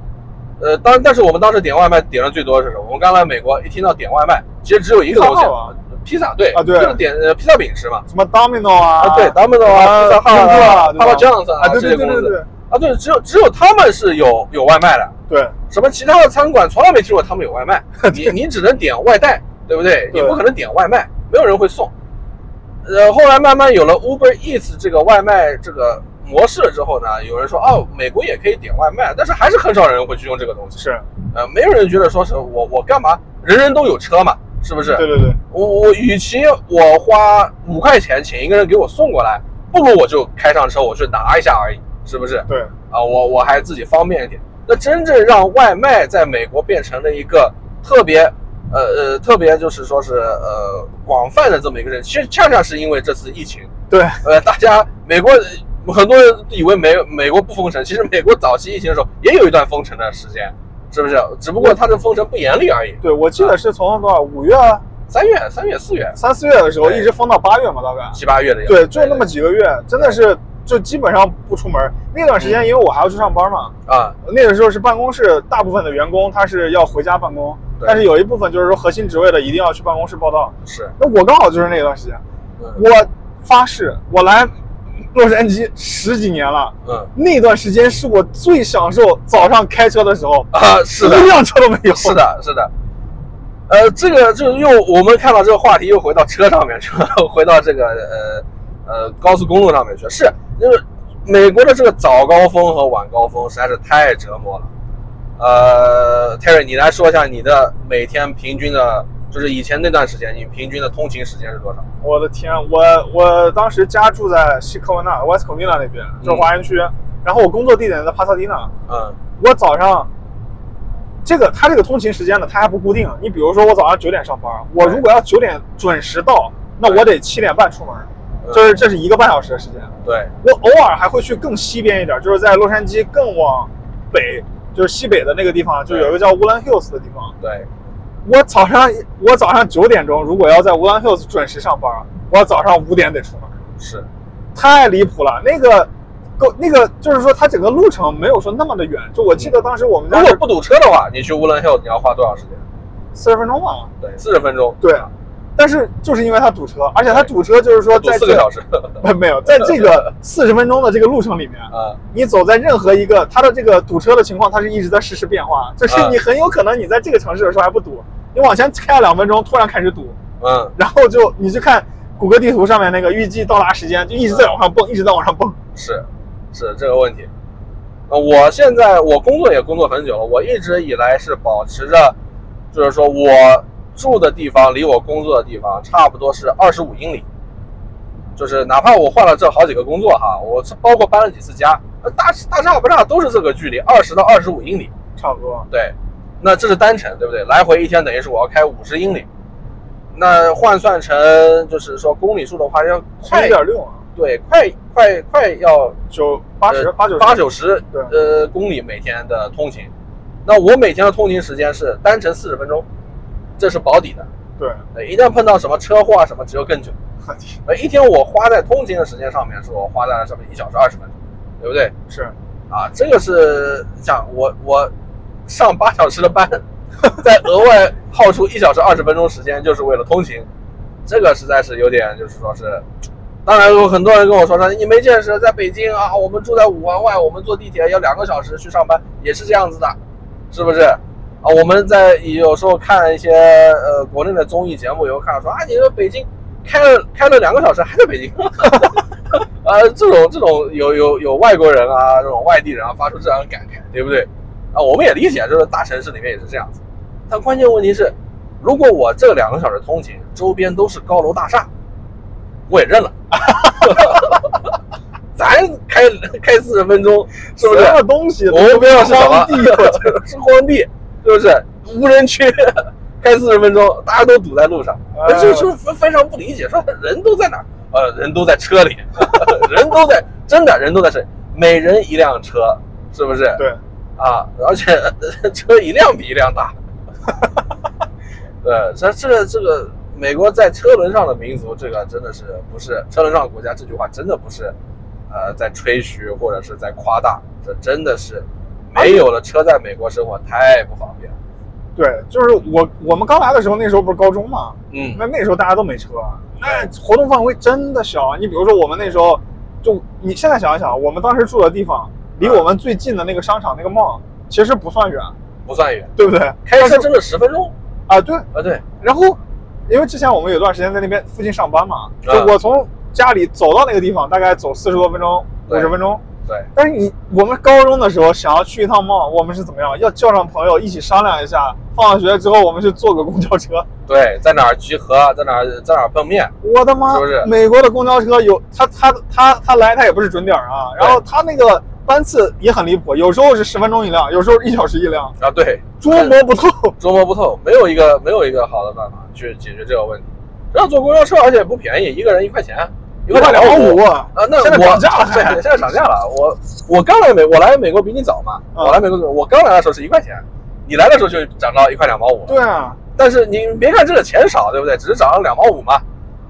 A: 呃，当但是我们当时点外卖点的最多是什么？我们刚来美国，一听到点外卖，其实只有一个东西
B: 披萨号啊，
A: 披萨，对，
B: 啊对
A: 就是点呃披萨饼吃嘛。
B: 什么 Domino 啊，
A: 啊，对，Domino 啊，披萨汉啊，帕
B: 帕拉
A: 拉酱子
B: 啊，
A: 啊这
B: 对对
A: 些
B: 对
A: 公
B: 对
A: 司
B: 对
A: 啊，对，只有只有他们是有有外卖的，
B: 对，
A: 什么其他的餐馆从来没听说他们有外卖，你你只能点外带，对不对？你
B: 对
A: 不可能点外卖，没有人会送。呃，后来慢慢有了 Uber Eats 这个外卖这个模式之后呢，有人说哦，美国也可以点外卖，但是还是很少人会去用这个东西。
B: 是，
A: 呃，没有人觉得说是我我干嘛？人人都有车嘛，是不是？
B: 对对对，
A: 我我与其我花五块钱请一个人给我送过来，不如我就开上车我去拿一下而已，是不是？
B: 对
A: 啊，我我还自己方便一点。那真正让外卖在美国变成了一个特别，呃呃，特别就是说是呃广泛的这么一个人，其实恰恰是因为这次疫情，
B: 对
A: 呃，大家美国呃很多人以为美美国不封城，其实美国早期疫情的时候也有一段封城的时间，是不是？只不过它的封城不严厉而已。
B: 对，我
A: 嗯
B: 记得是从多少五月啊
A: 三月、三月、四月、
B: 三四月的时候
A: 对
B: 一直封到八月嘛，大概，
A: 七八月的样子，
B: 对，就那么几个月，真的是就基本上不出门。那段时
A: 嗯
B: 间因为我还要去上班嘛，
A: 啊，
B: 那个时候是办公室大部分的员工他是要回家办公，
A: 对
B: 但是有一部分就是说核心职位的一定要去办公室报道。
A: 是，
B: 那我刚好就是那段时间，
A: 嗯
B: 我发誓，我来洛杉矶十几年了。
A: 嗯
B: 那段时间是我最享受早上开车的时候，
A: 啊，是的
B: 一，辆车都没有。
A: 是，的，是的。呃，这个就又我们看到这个话题又回到车上面去了， [LAUGHS] 回到这个呃呃高速公路上面去了。是，就是美国的这个早高峰和晚高峰实在是太折磨了。呃，Terry，你来说一下你的每天平均的，就是以前那段时间你平均的通勤时间是多少？
B: 我的天，我我当时家住在西科文纳 （West Covina） 那边，就是华人区，然后我工作地点在帕萨蒂纳。
A: 嗯
B: 我早上，这个他这个通勤时间呢，他还不固定。你比如说，我早上九点上班，我如果要九点准时到，那我得七点半出门，
A: 嗯
B: 就是这是一个半小时的时间。
A: 对，
B: 我偶尔还会去更西边一点，就是在洛杉矶更往北，就是西北的那个地方，就有一个叫 Woodland Hills 的地方。
A: 对，
B: 我早上我早上九点钟，如果要在 Woodland Hills 准时上班，我早上五点得出门，
A: 是，
B: 太离谱了。那个够那个就是说，它整个路程没有说那么的远。就我记得当时我们
A: 如
B: 家
A: 果
B: 是
A: 不堵车的话，你去乌伦 hill 你要花多少时间？
B: 四十分钟吧，
A: 对，四十分钟，
B: 对。啊但是就是因为它堵车，而且它堵车就是说
A: 堵
B: 在
A: 四
B: 这
A: 个小时。
B: [LAUGHS]
A: [LAUGHS]
B: 没有在这个四十分钟的这个路程里面，
A: 啊、
B: 你走在任何一个它的这个堵车的情况，它是一直在实时变化，就是
A: 嗯
B: 你很有可能你在这个城市的时候还不堵，你往前开了两分钟，突然开始堵，
A: 嗯，
B: 然后就你去看谷歌地图上面那个预计到达时间，就一直在往上蹦，一直在往上蹦。
A: 是，是这个问题。呃，我现在我工作也工作很久了，我一直以来是保持着，就是说我住的地方离我工作的地方差不多是二十五英里，就是哪怕我换了这好几个工作哈，我是包括搬了几次家，呃大大差不差都是这个距离，二十到二十五英里。
B: 差不多，
A: 对，那这是单程，对不对？来回一天等于是我要开五十英里，那换算成就是说公里数的话，要
B: 一
A: 快
B: 点六啊，
A: 对快快快要
B: 九八十八九
A: 呃八九十
B: 对
A: 呃公里每天的通勤，那我每天的通勤时间是单程四十分钟，这是保底的。
B: 对， [LAUGHS]
A: 呃一旦碰到什么车祸啊什么，只有更久。呃，一天我花在通勤的时间上面，是我花在了上面一小时二十分钟，对不对？
B: 是
A: 啊，这个是讲我我上八小时的班， [LAUGHS] 再额外耗出一小时二十分钟时间，就是为了通勤，这个实在是有点就是说是，当然有很多人跟我说说你没见识，在北京啊，我们住在五环外，我们坐地铁要两个小时去上班，也是这样子的，是不是？啊，我们在有时候看一些呃国内的综艺节目，有看到说啊，你说北京开了开了两个小时还在北京，呃，这种这种有有有外国人啊，这种外地人啊，发出这样的感慨，对不对？啊，我们也理解，就是大城市里面也是这样子。但关键问题是，如果我这两个小时通勤，周边都是高楼大厦，我也认了。 [LAUGHS] 咱开开四十分钟，是不是？
B: 什么东西？
A: 我们不要是什么
B: 荒地，
A: 是荒地，是不是？无人区，开四十分钟，大家都堵在路上，
B: 哎
A: 我就就非非常不理解，说人都在哪儿？呃，人都在车里， [LAUGHS] 人都在，真的人都在车里，每人一辆车，是不是？
B: 对，
A: 啊，而且 [LAUGHS] 呃车一辆比一辆大。对，这这个这个美国在车轮上的民族，这个真的是不是车轮上的国家这句话真的不是，呃，在吹嘘或者是在夸大，这真的是没有了车在美国生活太不方便了。
B: 对，就是我我们刚来的时候，那时候不是高中嘛，
A: 嗯
B: 那那时候大家都没车，啊那活动范围真的小啊。你比如说我们那时候，就你现在想一想，我们当时住的地方离
A: 嗯
B: 我们最近的那个商场那个 mall 其实不算远，
A: 不算远，
B: 对不对？
A: 开车
B: 但是
A: 真的十分钟
B: 啊，对。
A: 啊，对，
B: 然后因为之前我们有段时间在那边附近上班嘛，就
A: 嗯
B: 我从家里走到那个地方大概走四十多分钟、五
A: 对
B: 十分钟。
A: 对，
B: 但是你我们高中的时候想要去一趟 mall，我们是怎么样？要叫上朋友一起商量一下，放学之后我们去坐个公交车。
A: 对，在哪儿集合，在哪儿在哪儿碰面，
B: 我的妈！
A: 是不是
B: 美国的公交车有他他他他来他也不是准点儿啊，然后他那个班次也很离谱，有时候是十分钟一辆，有时候一小时一辆，
A: 啊，对，
B: 捉摸不透。
A: 琢磨不透，没有一个没有一个好的办法去解决这个问题。然后坐公交车，而且不便宜，一个人一块钱，一
B: 块
A: 两毛
B: 五
A: 五。啊，那
B: 现在
A: 我
B: 涨价了
A: 对，
B: 还
A: 现在涨价了。我我刚来美，我来美国比你早嘛。
B: 嗯
A: 我来美国，我刚来的时候是一块钱，你来的时候就涨到一块两毛五了。
B: 对啊，
A: 但是你别看这个钱少，对不对？只是涨了两毛五嘛，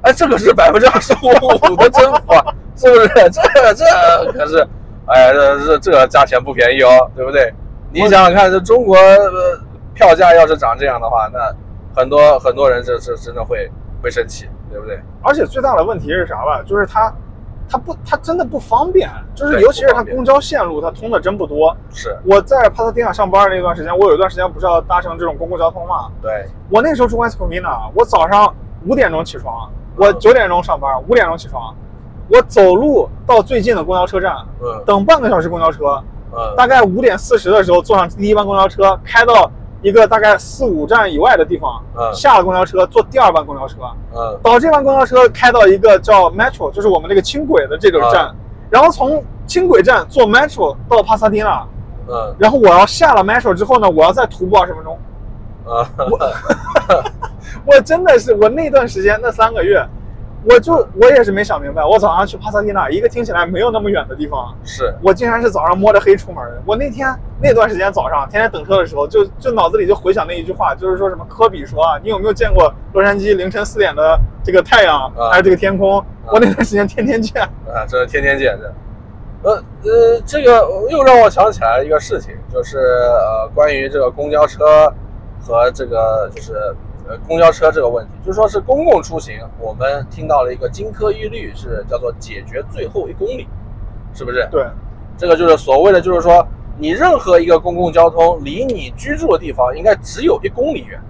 A: 哎，这可是百分之二十五的增幅啊，是不是？这这可是，哎，这这这个价钱不便宜哦，对不对？你想想看，这中国、呃、票价要是涨这样的话，那很多很多人这这真的会会生气，对不对？
B: 而且最大的问题是啥吧？就是它，它不，它真的不方便，就是
A: 对
B: 尤其是
A: 不
B: 它
A: 方便
B: 公交线路它通的真不多。
A: 是，
B: 我在帕萨迪纳上班那段时间，我有一段时间不是要搭乘这种公共交通嘛？
A: 对，
B: 我那时候住 West Covina，我早上五点钟起床，我九点钟上班，五点钟起床，我走路到最近的公交车站，
A: 嗯
B: 等半个小时公交车，
A: 嗯，
B: 大概五点四十的时候坐上第一班公交车，开到一个大概四五站以外的地方，
A: 嗯
B: 下了公交车坐第二班公交车，
A: 嗯
B: 到这班公交车开到一个叫 Metro，就是我们那个轻轨的这个站，
A: 啊
B: 然后从轻轨站坐 Metro 到帕萨迪纳，
A: 嗯
B: 然后我要下了 Metro 之后呢，我要再徒步二十分钟。
A: 嗯，
B: 我真的是，我那段时间那三个月，我就我也是没想明白，我早上去帕萨蒂纳一个听起来没有那么远的地方，
A: 是，
B: 我竟然是早上摸着黑出门的。我那天那段时间早上天天等车的时候，就就脑子里就回想那一句话，就是说什么科比说啊，你有没有见过洛杉矶凌晨四点的这个太阳
A: 啊
B: 还有这个天空？我那段时间天天见，
A: 啊，这天天见这。呃呃，这个又让我想起来一个事情，就是呃，关于这个公交车和这个就是呃公交车这个问题，就说是公共出行，我们听到了一个金科玉律，是叫做解决最后一公里，是不是？
B: 对
A: 这个就是所谓的，就是说你任何一个公共交通离你居住的地方应该只有一公里远，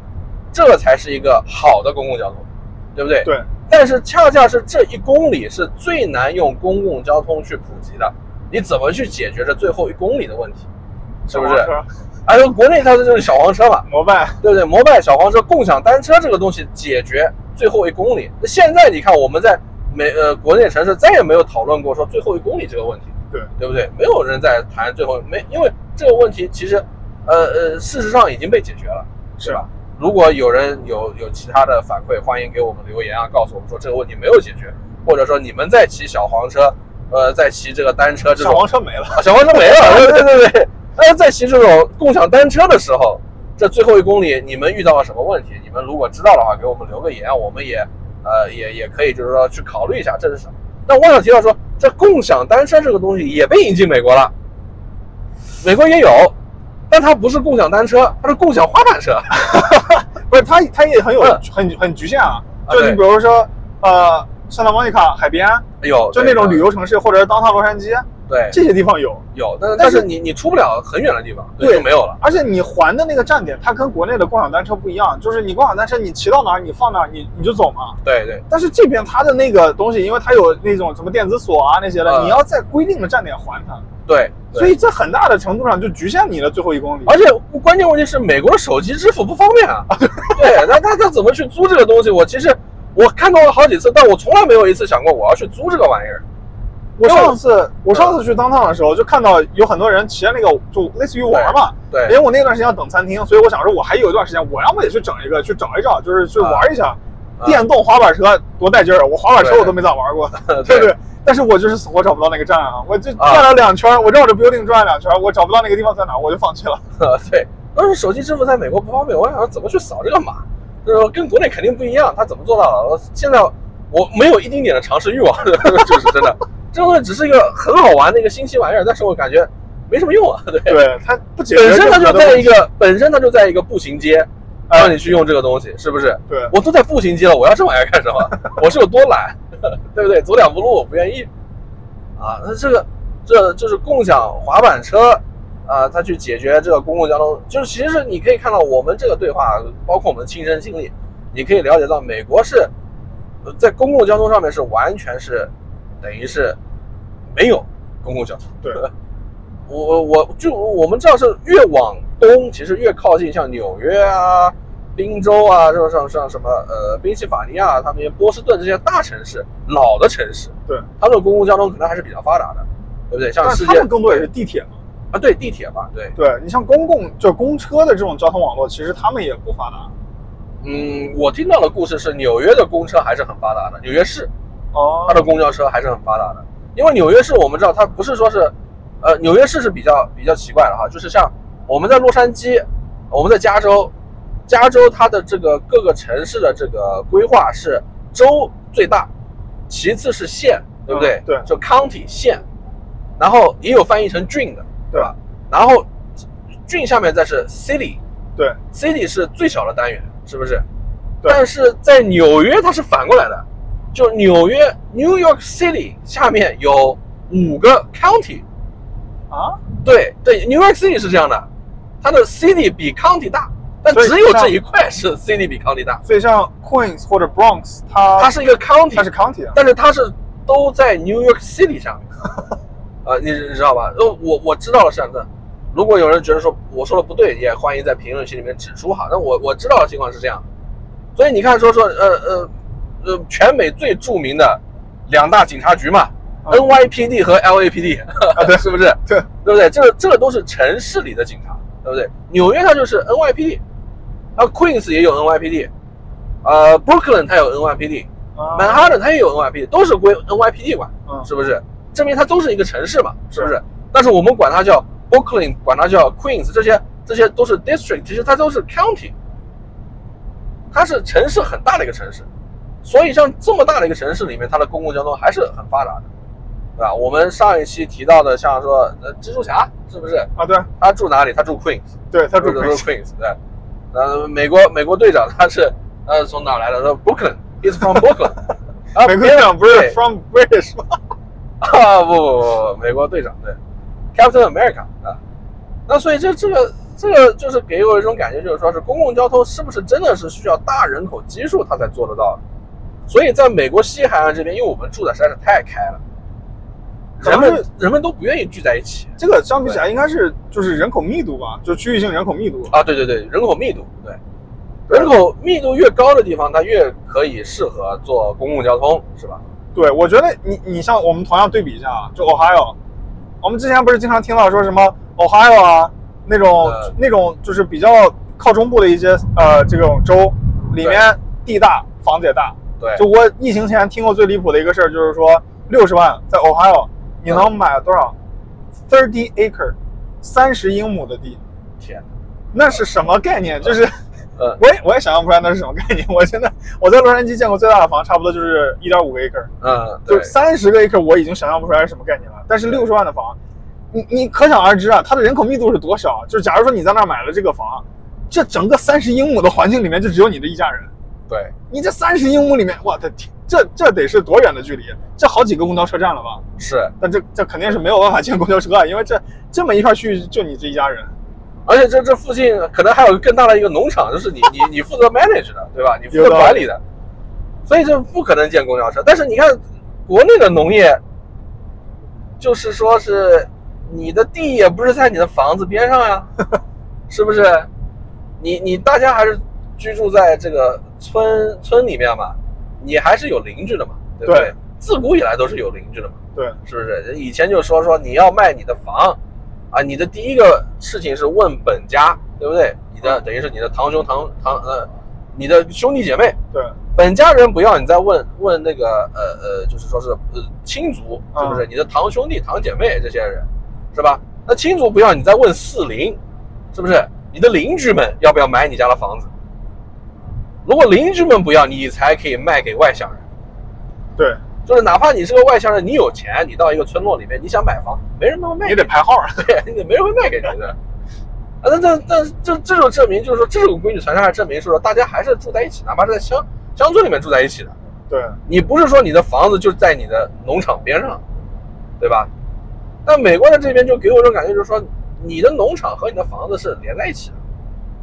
A: 这才是一个好的公共交通，对不对？
B: 对
A: 但是恰恰是这一公里是最难用公共交通去普及的，你怎么去解决这最后一公里的问题？是不是？
B: 小黄车
A: 哎，国内它就是小黄车嘛，
B: 摩拜
A: 对不对？摩拜、小黄车、共享单车这个东西解决最后一公里。那现在你看我们在美呃国内城市再也没有讨论过说最后一公里这个问题，
B: 对
A: 对不对？没有人在谈最后没，因为这个问题其实，呃呃，事实上已经被解决了，
B: 是啊
A: 吧？如果有人有有其他的反馈，欢迎给我们留言啊，告诉我们说这个问题没有解决，或者说你们在骑小黄车，呃，在骑这个单车这
B: 小
A: 种
B: 黄车没了，
A: 啊，小黄车没了，对对对对。那在骑这种共享单车的时候，这最后一公里你们遇到了什么问题？你们如果知道的话，给我们留个言，我们也呃也也可以就是说去考虑一下这是什么。但我想提到说，这共享单车这个东西也被引进美国了，美国也有，但它不是共享单车，它是共享滑板车。
B: 不是它它也很有
A: 嗯
B: 很很局限啊，
A: 啊
B: 就
A: 对
B: 你比如说呃圣塔莫妮卡海边。
A: 有，
B: 就
A: 对
B: 那种旅游城市或者是当趟洛杉矶
A: 对
B: 这些地方有，
A: 有，但
B: 但
A: 但
B: 是
A: 是你你出不了很远的地方，
B: 对
A: 就没有了。
B: 而且你还的那个站点，它跟国内的共享单车不一样，就是你共享单车你骑到哪儿你放哪儿你你就走嘛。
A: 对对
B: 但是这边它的那个东西，因为它有那种什么电子锁啊那些的，
A: 嗯
B: 你要在规定的站点还它，
A: 对，对
B: 所以这很大的程度上就局限你的最后一公里。
A: 而且关键问题是，美国的手机支付不方便啊。 [LAUGHS] 对，那他他怎么去租这个东西？我其实我看到了好几次，但我从来没有一次想过我要去租这个玩意儿。
B: 我
A: 因为
B: 上次我上次去当趟的时候，就看到有很多人骑着那个，就类似于玩嘛。
A: 对
B: 因为我那段时间要等餐厅，所以我想说，我还有一段时间，我要么也去整一个，去找一找，就是去玩一下。
A: 啊
B: 电动滑板车多带劲儿！啊我滑板车
A: 对啊
B: 我都没咋玩过，
A: [LAUGHS]
B: [LAUGHS]
A: 对
B: 对不对？但是我就是死活找不到那个站啊！我就
A: 啊
B: 转了两圈，我绕着 building 转了两圈，我找不到那个地方在哪，我就放弃
A: [LAUGHS]
B: 了。
A: [LAUGHS] 对，当时手机支付在美国不方便，我想怎么去扫这个码，就是说跟国内肯定不一样，他怎么做到的？我现在我没有一丁点的尝试欲望， [LAUGHS] 就是真的，这东西只是一个很好玩的一个新奇玩意儿，但是我感觉没什么用啊， [LAUGHS] 对。
B: 对，它不解决
A: 本身它
B: 任
A: 就
B: 何的
A: 在
B: 问
A: 一
B: 题
A: 个本身它就在一个步行街，
B: 哎
A: 让你去用这个东西，是不是？
B: 对
A: 我都在步行街了，我要这玩意儿干什么？我是有多懒， [LAUGHS] 对不对？走两步路我不愿意啊。那这个这就是共享滑板车啊，它去解决这个公共交通，就是其实你可以看到我们这个对话，包括我们的亲身经历，你可以了解到美国是呃在公共交通上面是完全是等于是没有公共交通。
B: 对
A: 我我就我们知道是越往东，其实越靠近像纽约啊、宾州啊，就是像像什么呃宾夕法尼亚、他们波士顿这些大城市、老的城市，
B: 对，
A: 他们的公共交通可能还是比较发达的，对不对？像
B: 但
A: 世
B: 是
A: 界
B: 他们更多也是地铁嘛。
A: 啊，对地铁吧，对，
B: 对你像公共就是公车的这种交通网络，其实他们也不发达。
A: 嗯，我听到的故事是纽约的公车还是很发达的，纽约市
B: 哦
A: 它的公交车还是很发达的，因为纽约市我们知道它不是说是，呃，纽约市是比较比较奇怪的哈，就是像我们在洛杉矶，我们在加州，加州它的这个各个城市的这个规划是州最大，其次是县，对不对？
B: 嗯对
A: 就 county 县，然后也有翻译成郡的，
B: 对
A: 吧？然后郡下面再是 city，
B: 对
A: city 是最小的单元，是不是？
B: 对
A: 但是在纽约它是反过来的，就纽约 New York City 下面有五个 county，
B: 啊，
A: 对对，New York City 是这样的，它的 city 比 county 大，但
B: 所以
A: 只有
B: 像
A: 这一块是 city 比 county 大，
B: 所以像 Queens 或者 Bronx，它
A: 它是一个 county，
B: 它是 county 啊。
A: 但是它是都在 New York City 下
B: [LAUGHS]
A: 面，啊、你你知道吧？呃，我我知道了，是这样的。如果有人觉得说我说的不对，也欢迎在评论区里面指出哈。那我我知道的情况是这样的，所以你看说说呃呃呃，全美最著名的两大警察局嘛、
B: 嗯啊
A: n y p d 和 LAPD，、
B: 对
A: [LAUGHS] 是不是？
B: 对
A: 对不对？这个这个都是城市里的警察，对不对？纽约它就是 NYPD，它 Queens 也有 NYPD，呃，Brooklyn 它有 NYPD，
B: 啊
A: 曼哈顿它也有 NYPD，都是归 NYPD 管，
B: 嗯
A: 是不是？证明它都是一个城市嘛，是不是
B: 是？
A: 但是我们管它叫 Brooklyn，管它叫 Queens，这些这些都是 district，其实它都是 county，它是城市很大的一个城市，所以像这么大的一个城市里面，它的公共交通还是很发达的，对吧？我们上一期提到的，像说呃蜘蛛侠是不是？
B: 啊，对
A: 他住哪里？他住 Queens，
B: 对，它住
A: 他住
B: Queens。
A: Queens，对。呃，美国美国队长他是呃从哪来的？他 Brooklyn，he's from
B: [LAUGHS]
A: Brooklyn 。啊，
B: 美国
A: 别
B: 队
A: 人
B: 长不是
A: 对
B: from British 吗？
A: 啊，不不不不，美国队长对，Captain America 啊。那所以这这个这个就是给我一种感觉，就是说是公共交通是不是真的是需要大人口基数它才做得到的？所以在美国西海岸这边，因为我们住的实在是太开了，
B: 可
A: 人
B: 能
A: 们
B: 是
A: 人们都不愿意聚在一起
B: 这个相比起来，应该是就是人口密度吧，就区域性人口密度。
A: 啊。对对对，人口密度对。
B: 对
A: 人口密度越高的地方，它越可以适合做公共交通，是吧？
B: 对，我觉得你你像我们同样对比一下啊，就 Ohio，我们之前不是经常听到说什么 Ohio 啊那种、
A: 呃
B: 那种就是比较靠中部的一些呃这种州里面地大房子也大。
A: 对，
B: 就我疫情前听过最离谱的一个事儿，就是说六十万在 Ohio 你能买多少？thirty acre，三十英亩的地，
A: 天哪，
B: 那是什么概念？就是。
A: 呃，
B: 我也我也想象不出来那是什么概念。我现在我在洛杉矶见过最大的房，差不多就是一点五个 acre，
A: 嗯，对
B: 就，三十个 acre，我已经想象不出来是什么概念了。但是六十万的房，你你可想而知啊，它的人口密度是多少？啊就是假如说你在那儿买了这个房，这整个三十英亩的环境里面就只有你这一家人，
A: 对，
B: 你这三十英亩里面，我的天，这这得是多远的距离？啊这好几个公交车站了吧？
A: 是，
B: 但这这肯定是没有办法建公交车啊，因为这这么一片区域就你这一家人。
A: 而且这这附近可能还有更大的一个农场，就是你 [LAUGHS] 你你负责 manage 的，对吧？你负责
B: 有道理
A: 管理的，所以这不可能建公交车。但是你看国内的农业，就是说是你的地也不是在你的房子边上
B: [LAUGHS]
A: 呀，是不是？你你大家还是居住在这个村村里面嘛，你还是有邻居的嘛，对不
B: 对
A: 自古以来都是有邻居的嘛，
B: 对，
A: 是不是？以前就说说你要卖你的房，啊，你的第一个事情是问本家，对不对？你的等于是你的堂兄堂堂呃，你的兄弟姐妹，
B: 对，
A: 本家人不要，你再问问那个呃呃，就是说是呃亲族，是不是？你的堂兄弟堂姐妹这些人，是吧？那亲族不要，你再问四邻，是不是？你的邻居们要不要买你家的房子？如果邻居们不要，你才可以卖给外乡人。
B: 对
A: 就是哪怕你是个外乡人，你有钱，你到一个村落里面，你想买房，没人能卖
B: 你
A: 给
B: 得排号啊。
A: 你， [LAUGHS] 也没人会卖给你的。啊，那那那这这就证明，就是说这种规矩传下来，证明是说大家还是住在一起，哪怕是在乡乡村里面住在一起的。
B: 对，
A: 你不是说你的房子就在你的农场边上，对吧？但美国的这边就给我这种感觉，就是说你的农场和你的房子是连在一起的。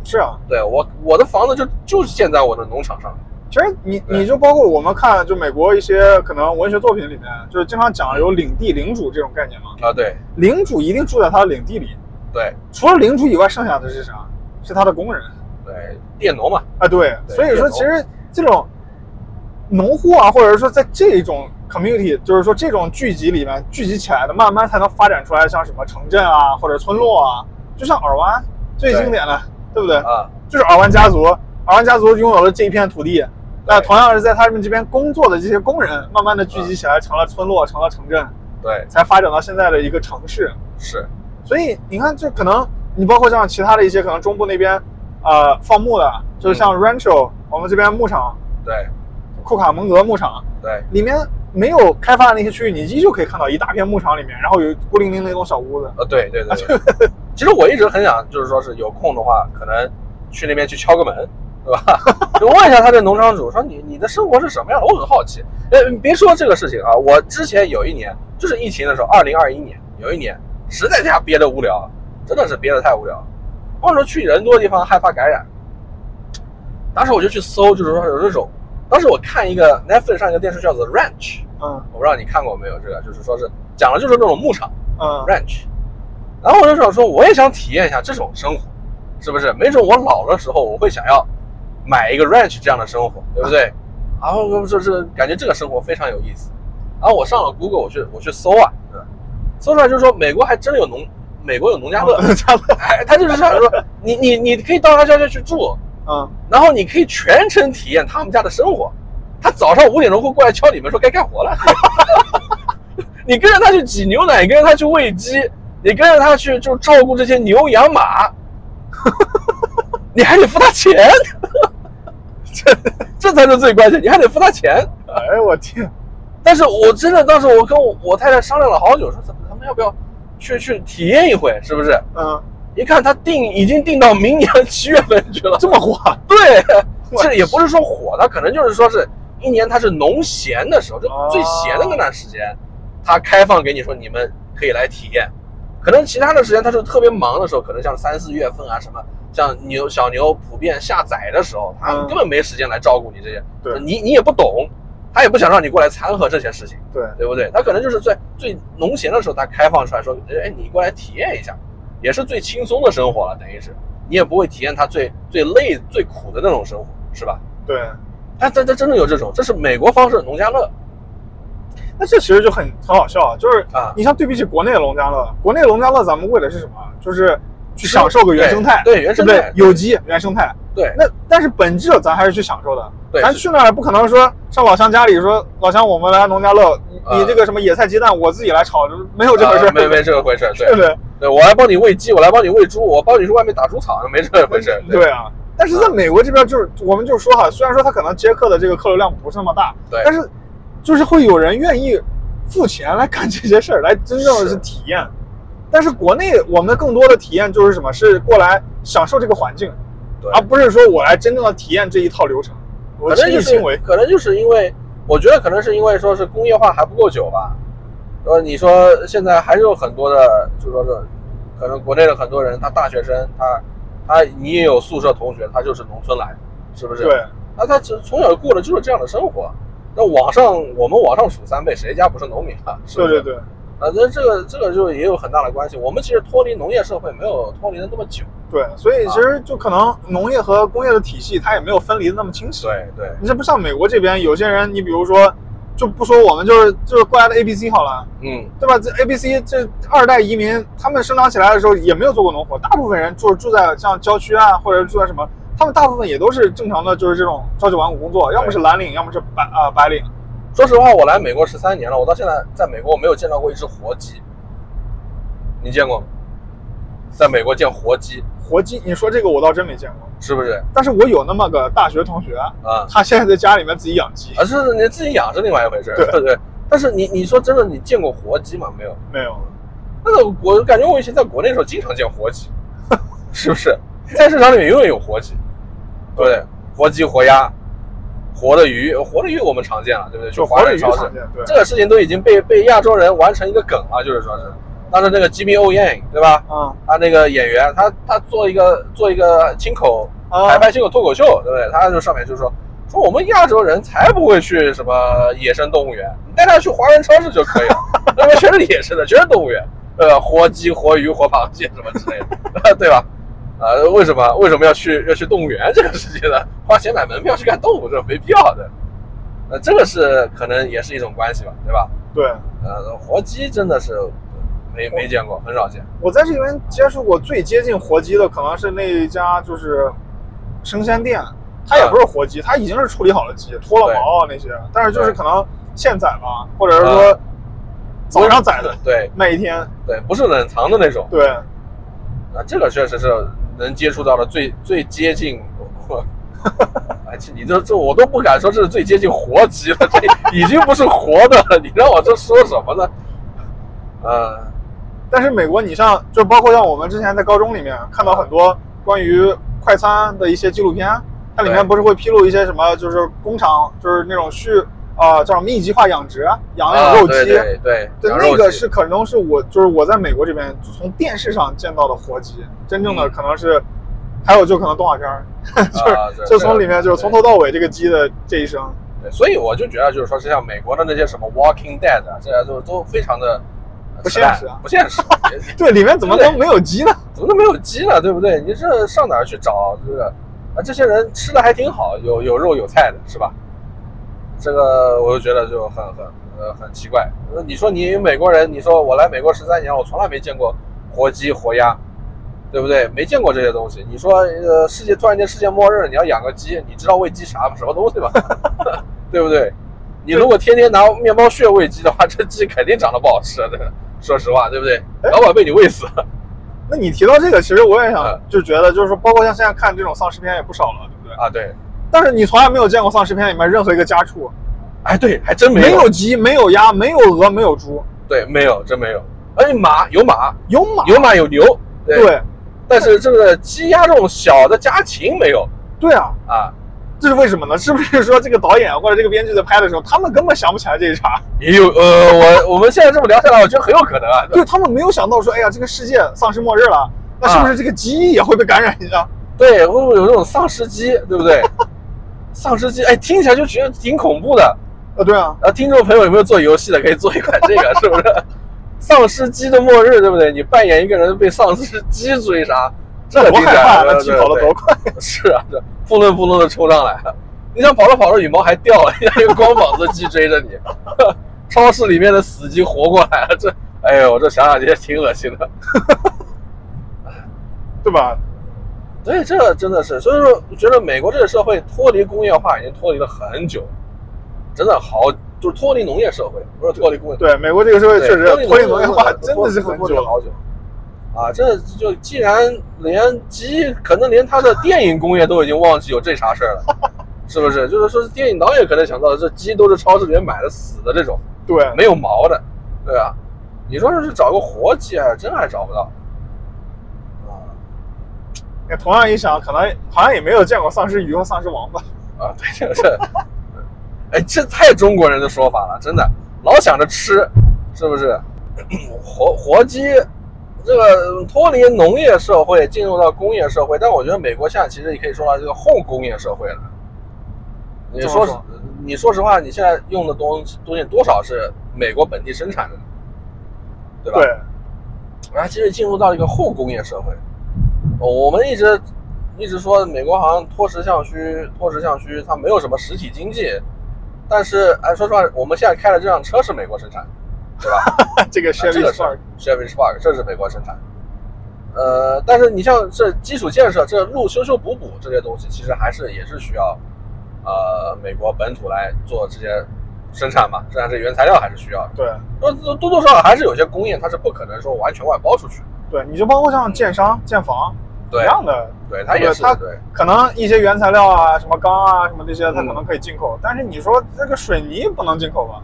B: 是啊，
A: 对我我的房子就就是建在我的农场上面。
B: 其实你
A: 对
B: 你就包括我们看就美国一些可能文学作品里面，就是经常讲有领地领主这种概念嘛，
A: 啊，对
B: 领主一定住在他的领地里，
A: 对
B: 除了领主以外，剩下的是啥？是他的工人
A: 对，佃农嘛，
B: 啊，对，
A: 对
B: 所以
A: 佃
B: 说
A: 农
B: 其实这种农户啊，或者说在这种 community，就是说这种聚集里面聚集起来的，慢慢才能发展出来，像什么城镇啊或者村落啊，就像尔湾最经典的，对不对？
A: 啊，
B: 就是尔湾家族，尔湾家族拥有了这一片土地，那
A: 对
B: 同样是在他们这边工作的这些工人，慢慢的聚集起来，成了村落，成了城镇，
A: 对
B: 才发展到现在的一个城市。
A: 是，
B: 所以你看，就可能你包括像其他的一些可能中部那边，呃，放牧的，就是像 Rancho，、我们这边牧场，
A: 对
B: 库卡蒙格牧场
A: 对
B: 里面没有开发的那些区域，你依旧可以看到一大片牧场里面，然后有孤零零的一栋小屋子。
A: 啊，对对对对。其实我一直很想，就是说是有空的话，可能去那边去敲个门，对吧？ [LAUGHS] 就问一下他这农场主，说你你的生活是什么样的？我很好奇。呃，你别说这个事情啊，我之前有一年，就是疫情的时候，二零二一年有一年，实在在家憋得无聊，真的是憋得太无聊了。或者说去人多的地方害怕感染，当时我就去搜，就是说有这种。当时我看一个 Netflix 上一个电视叫做《Ranch》，
B: 嗯
A: 我不知道你看过没有？这个就是说是讲的就是那种牧场。
B: 嗯
A: ranch，然后我就想说，我也想体验一下这种生活，是不是？没准我老的时候，我会想要买一个 ranch 这样的生活，对不对？然后我就是感觉这个生活非常有意思。然后我上了 Google，我去我去搜啊，对吧搜出来就是说美国还真有农，美国有农家乐，
B: [LAUGHS] 差不多
A: 哎，他就是想说你你你可以到他家去住，
B: 嗯，
A: 然后你可以全程体验他们家的生活。他早上五点钟会过来敲你门说该干活了， [LAUGHS] 你跟着他去挤牛奶，你跟着他去喂鸡，你跟着他去就照顾这些牛羊马， [LAUGHS] 你还得付他钱， [LAUGHS] 这这才是最关键，你还得付他钱。
B: 哎我天，
A: 但是我真的当时我跟我我太太商量了好久，说咱们咱们要不要去去体验一回，是不是？
B: 嗯，
A: 一看他定已经定到明年七月份去了，
B: 这么火，
A: [LAUGHS] 对，
B: 我
A: 这也不是说火，它可能就是说是一年它是农闲的时候，就
B: 哦
A: 最闲的那段时间，它开放给你说你们可以来体验。可能其他的时间它是特别忙的时候，可能像三四月份啊什么，像牛小牛普遍下崽的时候，它
B: 嗯
A: 根本没时间来照顾你这些，
B: 对
A: 你你也不懂，他也不想让你过来掺和这些事情，
B: 对，
A: 对不对？他可能就是在最农闲的时候，他开放出来说，哎，你过来体验一下，也是最轻松的生活了，等于是你也不会体验他最最累、最苦的那种生活，是吧？
B: 对，
A: 但但但真的有这种，这是美国方式的农家乐
B: 那这其实就很很好笑，就是
A: 啊，
B: 你像对比起国内的农家乐，国内农家乐咱们为的是什么？就是去享受个原生态，
A: 对对原生态
B: 对不对有机原生态。
A: 对
B: 那但是本质咱还是去享受的，
A: 对
B: 咱
A: 是
B: 去那儿不可能说上老乡家里说老乡我们来农家乐，你
A: 啊
B: 你这个什么野菜鸡蛋我自己来炒，没有这回事
A: 啊
B: 儿，
A: 没没这个回事儿，
B: 对不
A: 对
B: 对？
A: 对，我来帮你喂鸡，我来帮你喂猪，我帮你去外面打猪场，没这个回事儿，
B: 对啊。但是在美国这边就是我们就说哈，虽然说他可能接客的这个客流量不是那么大，
A: 对
B: 但是就是会有人愿意付钱来干这些事儿，来真正的
A: 是
B: 是体验。但是国内我们更多的体验就是什么？是过来享受这个环境，
A: 对
B: 而不是说我来真正的体验这一套流程，我
A: 可能
B: 亲
A: 就
B: 力
A: 是
B: 亲为。
A: 可能就是因为，我觉得可能是因为说是工业化还不够久吧。呃，你说现在还是有很多的，就说是可能国内的很多人，他大学生，他他你也有宿舍同学，他就是农村来的，是不是？。
B: 对，
A: 那他从从小过的就是这样的生活。那往上，我们往上数三辈，谁家不是农民啊？是不
B: 对
A: 是
B: 对对，
A: 啊，那这个这个就也有很大的关系。我们其实脱离农业社会没有脱离的那么久。
B: 对，所
A: 啊
B: 以其实就可能农业和工业的体系它也没有分离的那么清晰。
A: 对对
B: 你这不像美国这边，有些人，你比如说，就不说我们就是就是过来的 A B C 好了，
A: 嗯，
B: 对吧？这 A B C 这二代移民，他们生长起来的时候也没有做过农活，大部分人就是住在像郊区啊，或者住在什么，他们大部分也都是正常的，就是这种朝九晚五工作，要么是蓝领，要么是白啊、白领。
A: 说实话，我来美国十三年了，我到现在在美国我没有见到过一只活鸡，你见过吗？在美国见活鸡
B: 活鸡，你说这个我倒真没见过，
A: 是不是？
B: 但是我有那么个大学同学，
A: 啊、
B: 他现在在家里面自己养鸡，
A: 啊，是你自己养是另外一回事，
B: 对
A: 不对？但是你你说真的，你见过活鸡吗？没有。
B: 没有。
A: 那个我感觉我以前在国内的时候经常见活鸡， [LAUGHS] 是不是？菜市场里面永远有活鸡，对不对？活鸡、活鸭、活的鱼，活的鱼我们常见了，对不对？去
B: 就
A: 华
B: 活着
A: 人
B: 鱼
A: 超
B: 常
A: 市，
B: 见，对
A: 这，个事情都已经被被亚洲人完成一个梗了，就是说是当时那个 Jimmy O Yang 对吧？
B: 啊
A: 他那个演员，他他做一个做一个亲口
B: 啊
A: 台，派亲口脱口秀，对不对？他就上面就说说我们亚洲人才不会去什么野生动物园，你带他去华人超市就可以了， [LAUGHS] 那边全是野生的，全是动物园，呃，活鸡、活鱼、活螃蟹什么之类的， [LAUGHS] 对吧？啊、为什么为什么要去要去动物园这 [LAUGHS] 个事情呢？花钱买门票去看动物，这是没必要的。呃，这个是可能也是一种关系吧，对吧？
B: 对。
A: 呃，活鸡真的是没没见过，很少见。
B: 我在这边接触过最接近活鸡的，可能是那一家就是生鲜店，它
A: 嗯
B: 也不是活鸡，它已经是处理好了鸡，脱了毛啊那些，但是就是
A: 对嗯
B: 可能现宰吧，或者是说早上宰的，
A: 对
B: 卖一天，
A: 对，不是冷藏的那种。
B: 对，
A: 啊，这个确实是能接触到的最最接近， [LAUGHS] 而且你这这我都不敢说这是最接近活鸡了，这已经不是活的了，你让我这说什么呢？呃，
B: 但是美国，你像就包括像我们之前在高中里面看到很多关于快餐的一些纪录片，它里面
A: 对
B: 不是会披露一些什么，就是工厂，就是那种畜啊、叫什么密集化养殖，养那
A: 啊
B: 种肉鸡，
A: 对对对，
B: 对，
A: 羊
B: 那
A: 肉
B: 个
A: 鸡
B: 是可能是我就是我在美国这边从电视上见到的活鸡，真正的
A: 嗯
B: 可能是，还有就可能动画片儿， [LAUGHS] 就是、
A: 啊对
B: 就从里面
A: 对
B: 就是从头到尾这个鸡的这一生，
A: 对所以我就觉得就是说，是像美国的那些什么 Walking Dead 啊，这些都都非常的
B: 不
A: 扯淡
B: 现实啊
A: 不现
B: [LAUGHS]
A: 实，
B: 对，里面怎么
A: 对
B: 能没有鸡呢？ [LAUGHS]
A: 怎么都没有鸡呢？对不对？你这上哪儿去找？这个啊，这些人吃的还挺好，有有肉有菜的，是吧？这个我就觉得就很很呃很奇怪。呃你说你美国人，你说我来美国十三年，我从来没见过活鸡活鸭，对不对？没见过这些东西。你说呃世界突然间世界末日，你要养个鸡，你知道喂鸡啥什么东西吗？ [LAUGHS] 对不对？你如果天天拿面包屑喂鸡的话，这鸡肯定长得不好吃。这个说实话，对不对？老板被你喂死了。
B: 那你提到这个，其实我也想
A: 嗯
B: 就觉得就是说，包括像现在看这种丧尸片也不少了，对不对？
A: 啊，对，
B: 但是你从来没有见过丧尸片里面任何一个家畜，
A: 哎，对，还真没
B: 没有鸡，没有鸭，没有鹅，没有猪，
A: 对，没有，真没有。哎，马有马，
B: 有马，
A: 有马有牛，对。
B: 对
A: 但是这个鸡鸭这种小的家禽没有
B: 对啊，
A: 啊，
B: 这是为什么呢？是不是说这个导演或者这个编剧在拍的时候，他们根本想不起来这一茬？
A: 也有呃，我我们现在这么聊下来，我觉得很有可能啊。
B: 对他们没有想到说，哎呀，这个世界丧尸末日了，那
A: 啊
B: 是不是这个鸡也会被感染一下？
A: 对，会不会有这种丧尸鸡，对不对？丧尸鸡，哎，听起来就觉得挺恐怖的。
B: 啊，对啊，
A: 啊，听众朋友有没有做游戏的，可以做一款这个，是不是？丧尸鸡的末日，对不对？你扮演一个人被丧尸鸡追杀，这很
B: 多
A: 精
B: 害
A: 彩
B: 怕，
A: 啊！
B: 那
A: 对
B: 鸡
A: 对
B: 跑得
A: 对
B: 多快！
A: [LAUGHS] 是啊，这扑棱扑棱的冲上来，你想跑着跑着羽毛还掉了，一个光膀子鸡追着你。 [LAUGHS] 超市里面的死鸡活过来了，这哎呦，这想想也挺恶心的。
B: 对吧？
A: 对，这真的是，所以说我觉得美国这个社会脱离工业化已经脱离了很久，真的好，就是脱离农业社会，不是脱离工业。
B: 对，美国这个社 [LAUGHS] 会确实脱离农业化
A: 脱
B: 真的是很
A: 脱
B: 久
A: 离了
B: 了。
A: 好久。啊，这就既然连鸡，可能连他的电影工业都已经忘记有这茬事儿了， [LAUGHS] 是不是？就是说，电影导演可能想到的，这鸡都是超市里面买的死的这种，
B: 对，
A: 没有毛的，对啊。你说这是找个活鸡，还真还找不到。啊
B: 也同样一想，可能好像也没有见过丧尸鱼和丧尸王八。
A: 啊，对，这这，哎，这太中国人的说法了，真的，老想着吃，是不是？活活鸡，这个脱离农业社会进入到工业社会，但我觉得美国现在其实也可以说到这个后工业社会了。你
B: 怎么
A: 说实
B: 说，
A: 你说实话，你现在用的东西东西多少是美国本地生产的，对吧？
B: 对， [LAUGHS]
A: 然后其实进入到一个后工业社会。呃我们一直一直说美国好像脱实项区，脱实项区它没有什么实体经济，但是哎，说实话，我们现在开的这辆车是美国生产的，对吧？
B: 这个 Chevy
A: 啊这个是
B: Spark，
A: Chevy Spark，这是美国生产。呃，但是你像这基础建设、这路修修补补这些东西，其实还是也是需要呃美国本土来做这些生产嘛，生产这原材料还是需要的。
B: 对
A: 多多多多少少还是有些工业它是不可能说完全外包出去的，
B: 对，你就包括像建商、建房一
A: 对
B: 样的，
A: 对，它也是
B: 它
A: 对
B: 可能一些原材料啊，什么钢啊，什么这些，它
A: 嗯
B: 可能可以进口，但是你说这个水泥不能进口吧？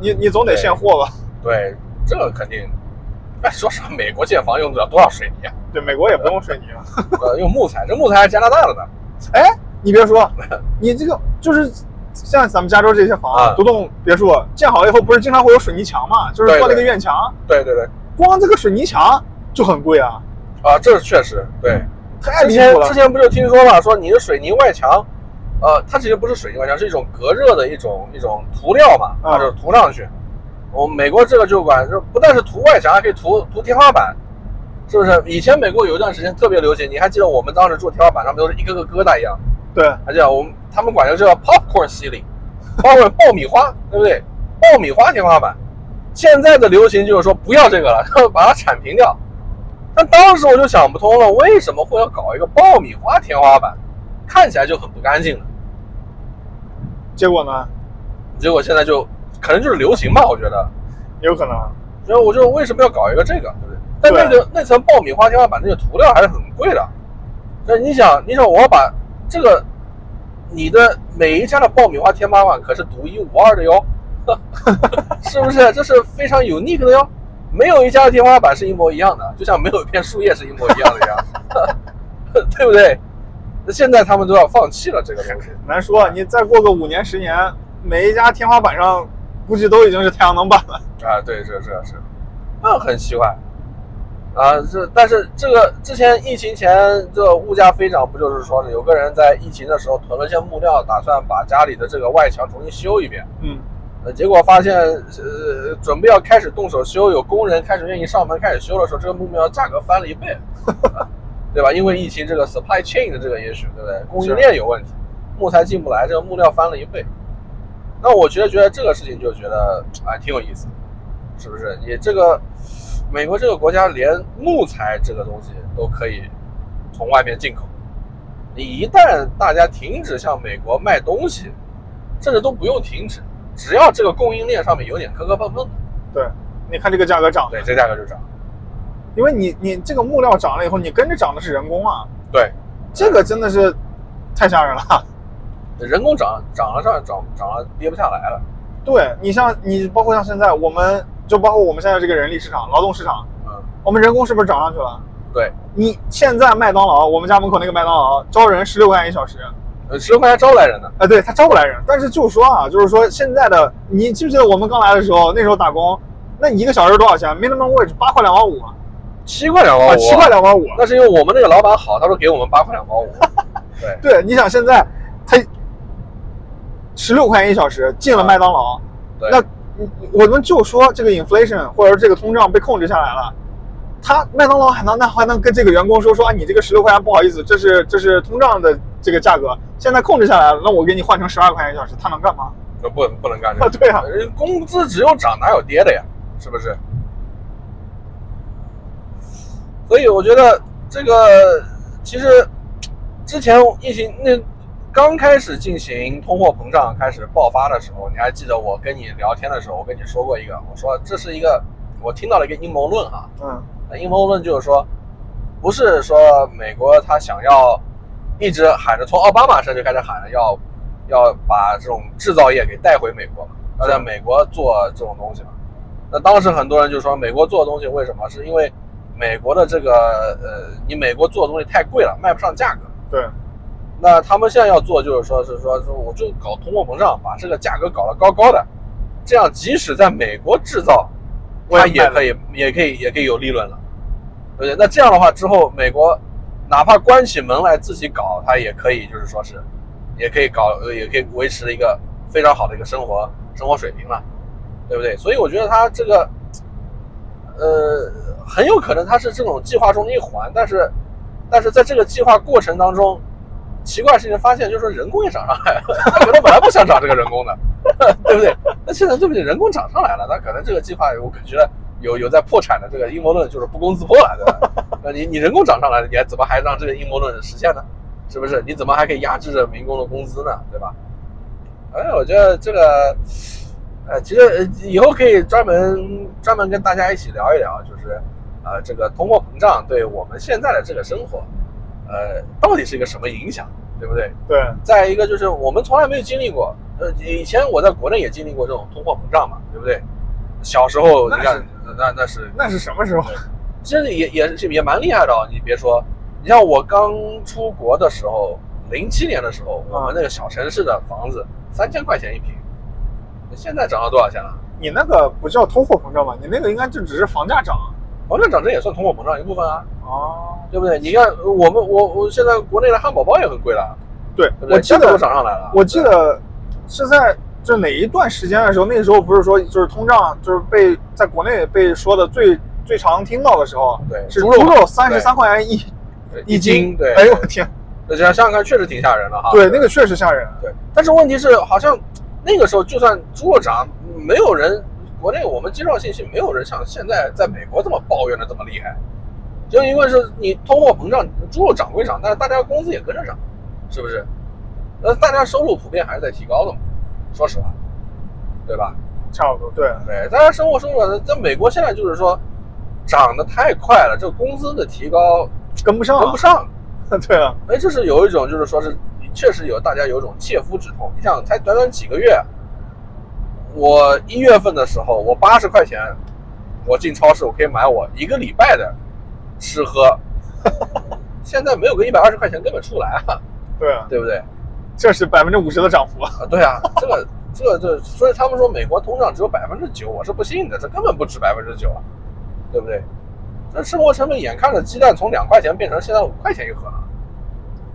B: 你你总得
A: 对
B: 现货吧？
A: 对，这个肯定。哎，说实话，美国建房用得了多少水泥啊？
B: 对，美国也不用水泥啊。
A: 呃，用木材，这木材还是加拿大的呢。
B: 你别说，你这个就是像咱们加州这些房啊，
A: 嗯
B: 独栋别墅建好以后，不是经常会有水泥墙嘛？就是
A: 对
B: 做那个
A: 对
B: 院墙，
A: 对对对，
B: 光这个水泥墙就很贵啊，
A: 啊，这是确实对。
B: 太
A: 之
B: 离
A: 前
B: 谱了
A: 之。前不就听说了，说你的水泥外墙，呃，它其实不是水泥外墙，是一种隔热的一种一种涂料嘛，
B: 嗯
A: 它就是涂上去。我们美国这个就管，就不但是涂外墙，还可以涂涂天花板，是不是？以前美国有一段时间特别流行，你还记得我们当时住天花板上面都是一个个疙瘩一样，
B: 对，
A: 而且我们他们管这叫 popcorn ceiling，包括爆米花， [LAUGHS] 对不对？爆米花天花板。现在的流行就是说不要这个了， [LAUGHS] 把它铲平掉。但当时我就想不通了，为什么会要搞一个爆米花天花板？看起来就很不干净了。
B: 结果呢，
A: 结果现在就可能就是流行吧，我觉得。
B: 也有可能啊。
A: 所以我就为什么要搞一个这个，对不对？但那个那层爆米花天花板那个涂料还是很贵的。那你想，你想我要把这个你的每一家的爆米花天花板可是独一无二的哟， [LAUGHS] 是不是？这是非常 unique 的哟，没有一家的天花板是一模一样的，就像没有一片树叶是一模一样的一样， [LAUGHS] 对不对？那现在他们都要放弃了这个东西。
B: 很难说，啊你再过个五年十年，每一家天花板上估计都已经是太阳能板了。
A: 啊，对，是是是，那很奇怪啊。这但是这个之前疫情前这物价飞涨，不就是说有个人在疫情的时候囤了些木料，打算把家里的这个外墙重新修一遍，
B: 嗯，
A: 呃，结果发现呃准备要开始动手修，有工人开始愿意上门开始修的时候，这个木料价格翻了一倍， [LAUGHS] 对吧？因为疫情这个 supply chain 的这个也许对不对？供
B: 是
A: 应链有问题，木材进不来，这个木料翻了一倍。那我觉得觉得这个事情就觉得啊、挺有意思，是不是？也这个美国这个国家连木材这个东西都可以从外面进口，你一旦大家停止向美国卖东西，甚至都不用停止，只要这个供应链上面有点磕磕碰碰的，
B: 对，你看这个价格涨的，
A: 对，这价格就涨。
B: 因为你你这个木料涨了以后，你跟着涨的是人工啊，
A: 对，
B: 这个真的是太吓人了。
A: 人工涨涨了涨涨涨了跌不下来了，
B: 对你像你包括像现在我们就包括我们现在这个人力市场、劳动市场，
A: 嗯，
B: 我们人工是不是涨上去了？
A: 对，
B: 你现在麦当劳，我们家门口那个麦当劳招人十六块钱一小时，
A: 呃十块钱招来人呢，
B: 啊，对他招不来人，但是就说啊，就是说现在的，你记不记得我们刚来的时候，那时候打工，那你一个小时多少钱？minimum wage 八块两毛五啊，啊
A: 七块两毛五，啊
B: 七块两毛五。
A: 那是因为我们那个老板好，他说给我们八块两毛五。对，
B: 对，你想现在他十六块钱一小时进了麦当劳，
A: 啊对
B: 那你我们就说这个 inflation 或者说这个通胀被控制下来了，他麦当劳还能那还能跟这个员工说说啊，你这个十六块钱不好意思，这是这是通胀的这个价格，现在控制下来了，那我给你换成十二块钱一小时，他能干嘛？
A: 那不不能干这
B: 啊，
A: 个。
B: [LAUGHS] 对啊，
A: 人工资只有涨哪有跌的呀？是不是？所以我觉得这个其实之前疫情那刚开始进行通货膨胀开始爆发的时候，你还记得我跟你聊天的时候，我跟你说过一个，我说这是一个我听到了一个阴谋论啊，
B: 嗯，
A: 那阴谋论就是说，不是说美国他想要一直喊着从奥巴马时代就开始喊着要要把这种制造业给带回美国嘛，要在美国做这种东西嘛。那当时很多人就说，美国做的东西为什么？是因为美国的这个呃，你美国做的东西太贵了，卖不上价格。
B: 对。
A: 那他们现在要做就是说是说说我就搞通货膨胀，把这个价格搞得高高的，这样即使在美国制造，
B: 我也
A: 它也
B: 卖了
A: 可以也可以也可以有利润了，对不对？那这样的话之后，美国哪怕关起门来自己搞，它也可以就是说是，也可以搞呃也可以维持一个非常好的一个生活生活水平了，对不对？所以我觉得它这个。呃，很有可能它是这种计划中的一环，但是，但是在这个计划过程当中，奇怪的事情发现，就是说人工也涨上来了，他可能本来不想涨这个人工的， [LAUGHS] 对不对？那现在对不对？人工涨上来了，那可能这个计划我感觉有有在破产的这个阴谋论就是不攻自破了，对吧？ [LAUGHS] 那你你人工涨上来了，你还怎么还让这个阴谋论实现呢？是不是？你怎么还可以压制着民工的工资呢？对吧？哎，我觉得这个，呃，其实呃以后可以专门专门跟大家一起聊一聊，就是呃，这个通货膨胀对我们现在的这个生活，呃，到底是一个什么影响，对不对？
B: 对，
A: 再一个就是我们从来没有经历过，呃，以前我在国内也经历过这种通货膨胀嘛，对不对？小时候你
B: 那
A: 看
B: 是，
A: 那那是，
B: 那是什么时候？
A: 其实也也是也蛮厉害的、哦。你别说，你像我刚出国的时候，零七年的时候，我们那个小城市的房子三千块钱一平，现在涨到多少钱了？
B: 你那个不叫通货膨胀吧？你那个应该就只是房价涨啊。
A: 房价涨这也算通货膨胀一部分啊，
B: 哦，
A: 对不对？你看我们我我现在国内的汉堡包也很贵了，
B: 对
A: 对不，对
B: 我记
A: 价格
B: 得
A: 都涨上来了。
B: 我记得是在就哪一段时间的时候，那个时候不是说就是通胀就是被在国内被说的最最常听到的时候，
A: 对
B: 是
A: 猪
B: 猪
A: 肉
B: 肉三十三块钱一
A: 对
B: 一斤，
A: 对，
B: 哎呦我天，
A: 那想想看确实挺吓人的哈。
B: 对，那个确实吓人，
A: 对，但是问题是，好像那个时候就算猪肉涨，没有人国内我们接受信息，没有人像现在在美国这么抱怨的这么厉害。就因为是你通货膨胀，猪肉涨归涨，但是大家工资也跟着涨，是不是？呃，大家收入普遍还是在提高的嘛，说实话，对吧？
B: 差不多，对，
A: 对，大家生活收入在美国现在就是说涨得太快了，这个工资的提高
B: 跟不上，啊
A: 跟不，上，
B: [LAUGHS] 对啊，
A: 哎，这是有一种，就是说是确实有大家有一种切肤之痛。你想，才短短几个月，我一月份的时候，我八十块钱，我进超市我可以买我一个礼拜的吃喝，现在没有个一百二十块钱根本出不来啊，
B: 对啊，
A: 对不对？啊，
B: 这是百分之五十的涨幅，
A: 对啊，这个这个这，所以他们说美国通胀只有百分之九，我是不信的，这根本不止百分之九啊，对不对？这生活成本眼看着鸡蛋从两块钱变成现在五块钱一盒了。
B: [LAUGHS]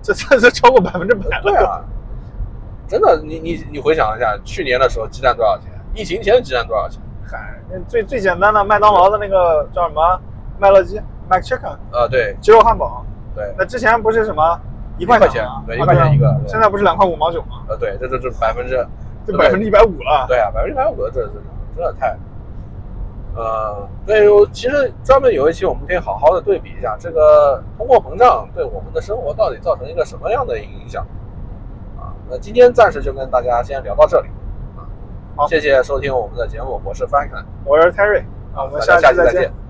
B: 这这这超过百分之 [LAUGHS] 百了，
A: 对啊，真的，你你你回想一下，去年的时候鸡蛋多少钱？疫情前鸡蛋多少钱？
B: 嗨，那最最简单的麦当劳的那个叫什么麦乐鸡 Mac Chicken
A: 呃，对
B: 鸡肉汉堡，
A: 对，
B: 那之前不是什么一块
A: 块
B: 钱
A: 钱
B: 吗，
A: 对，
B: 啊
A: 一块
B: 啊
A: 钱一个。对
B: 现在不是两块五毛九吗？
A: 呃，对，这这这百分之，
B: [LAUGHS] 这
A: 对
B: 百分之一百五了。
A: 对啊，百分之百五的这这真的太，呃，对，我其实专门有一期我们可以好好的对比一下这个通货膨胀对我们的生活到底造成一个什么样的影响啊？那今天暂时就跟大家先聊到这里啊，
B: 好
A: 谢谢收听我们的节目，我是 Franklin，
B: 我是 Terry，啊，我们
A: 大家
B: 下
A: 下
B: 期
A: 期再
B: 见。
A: 见。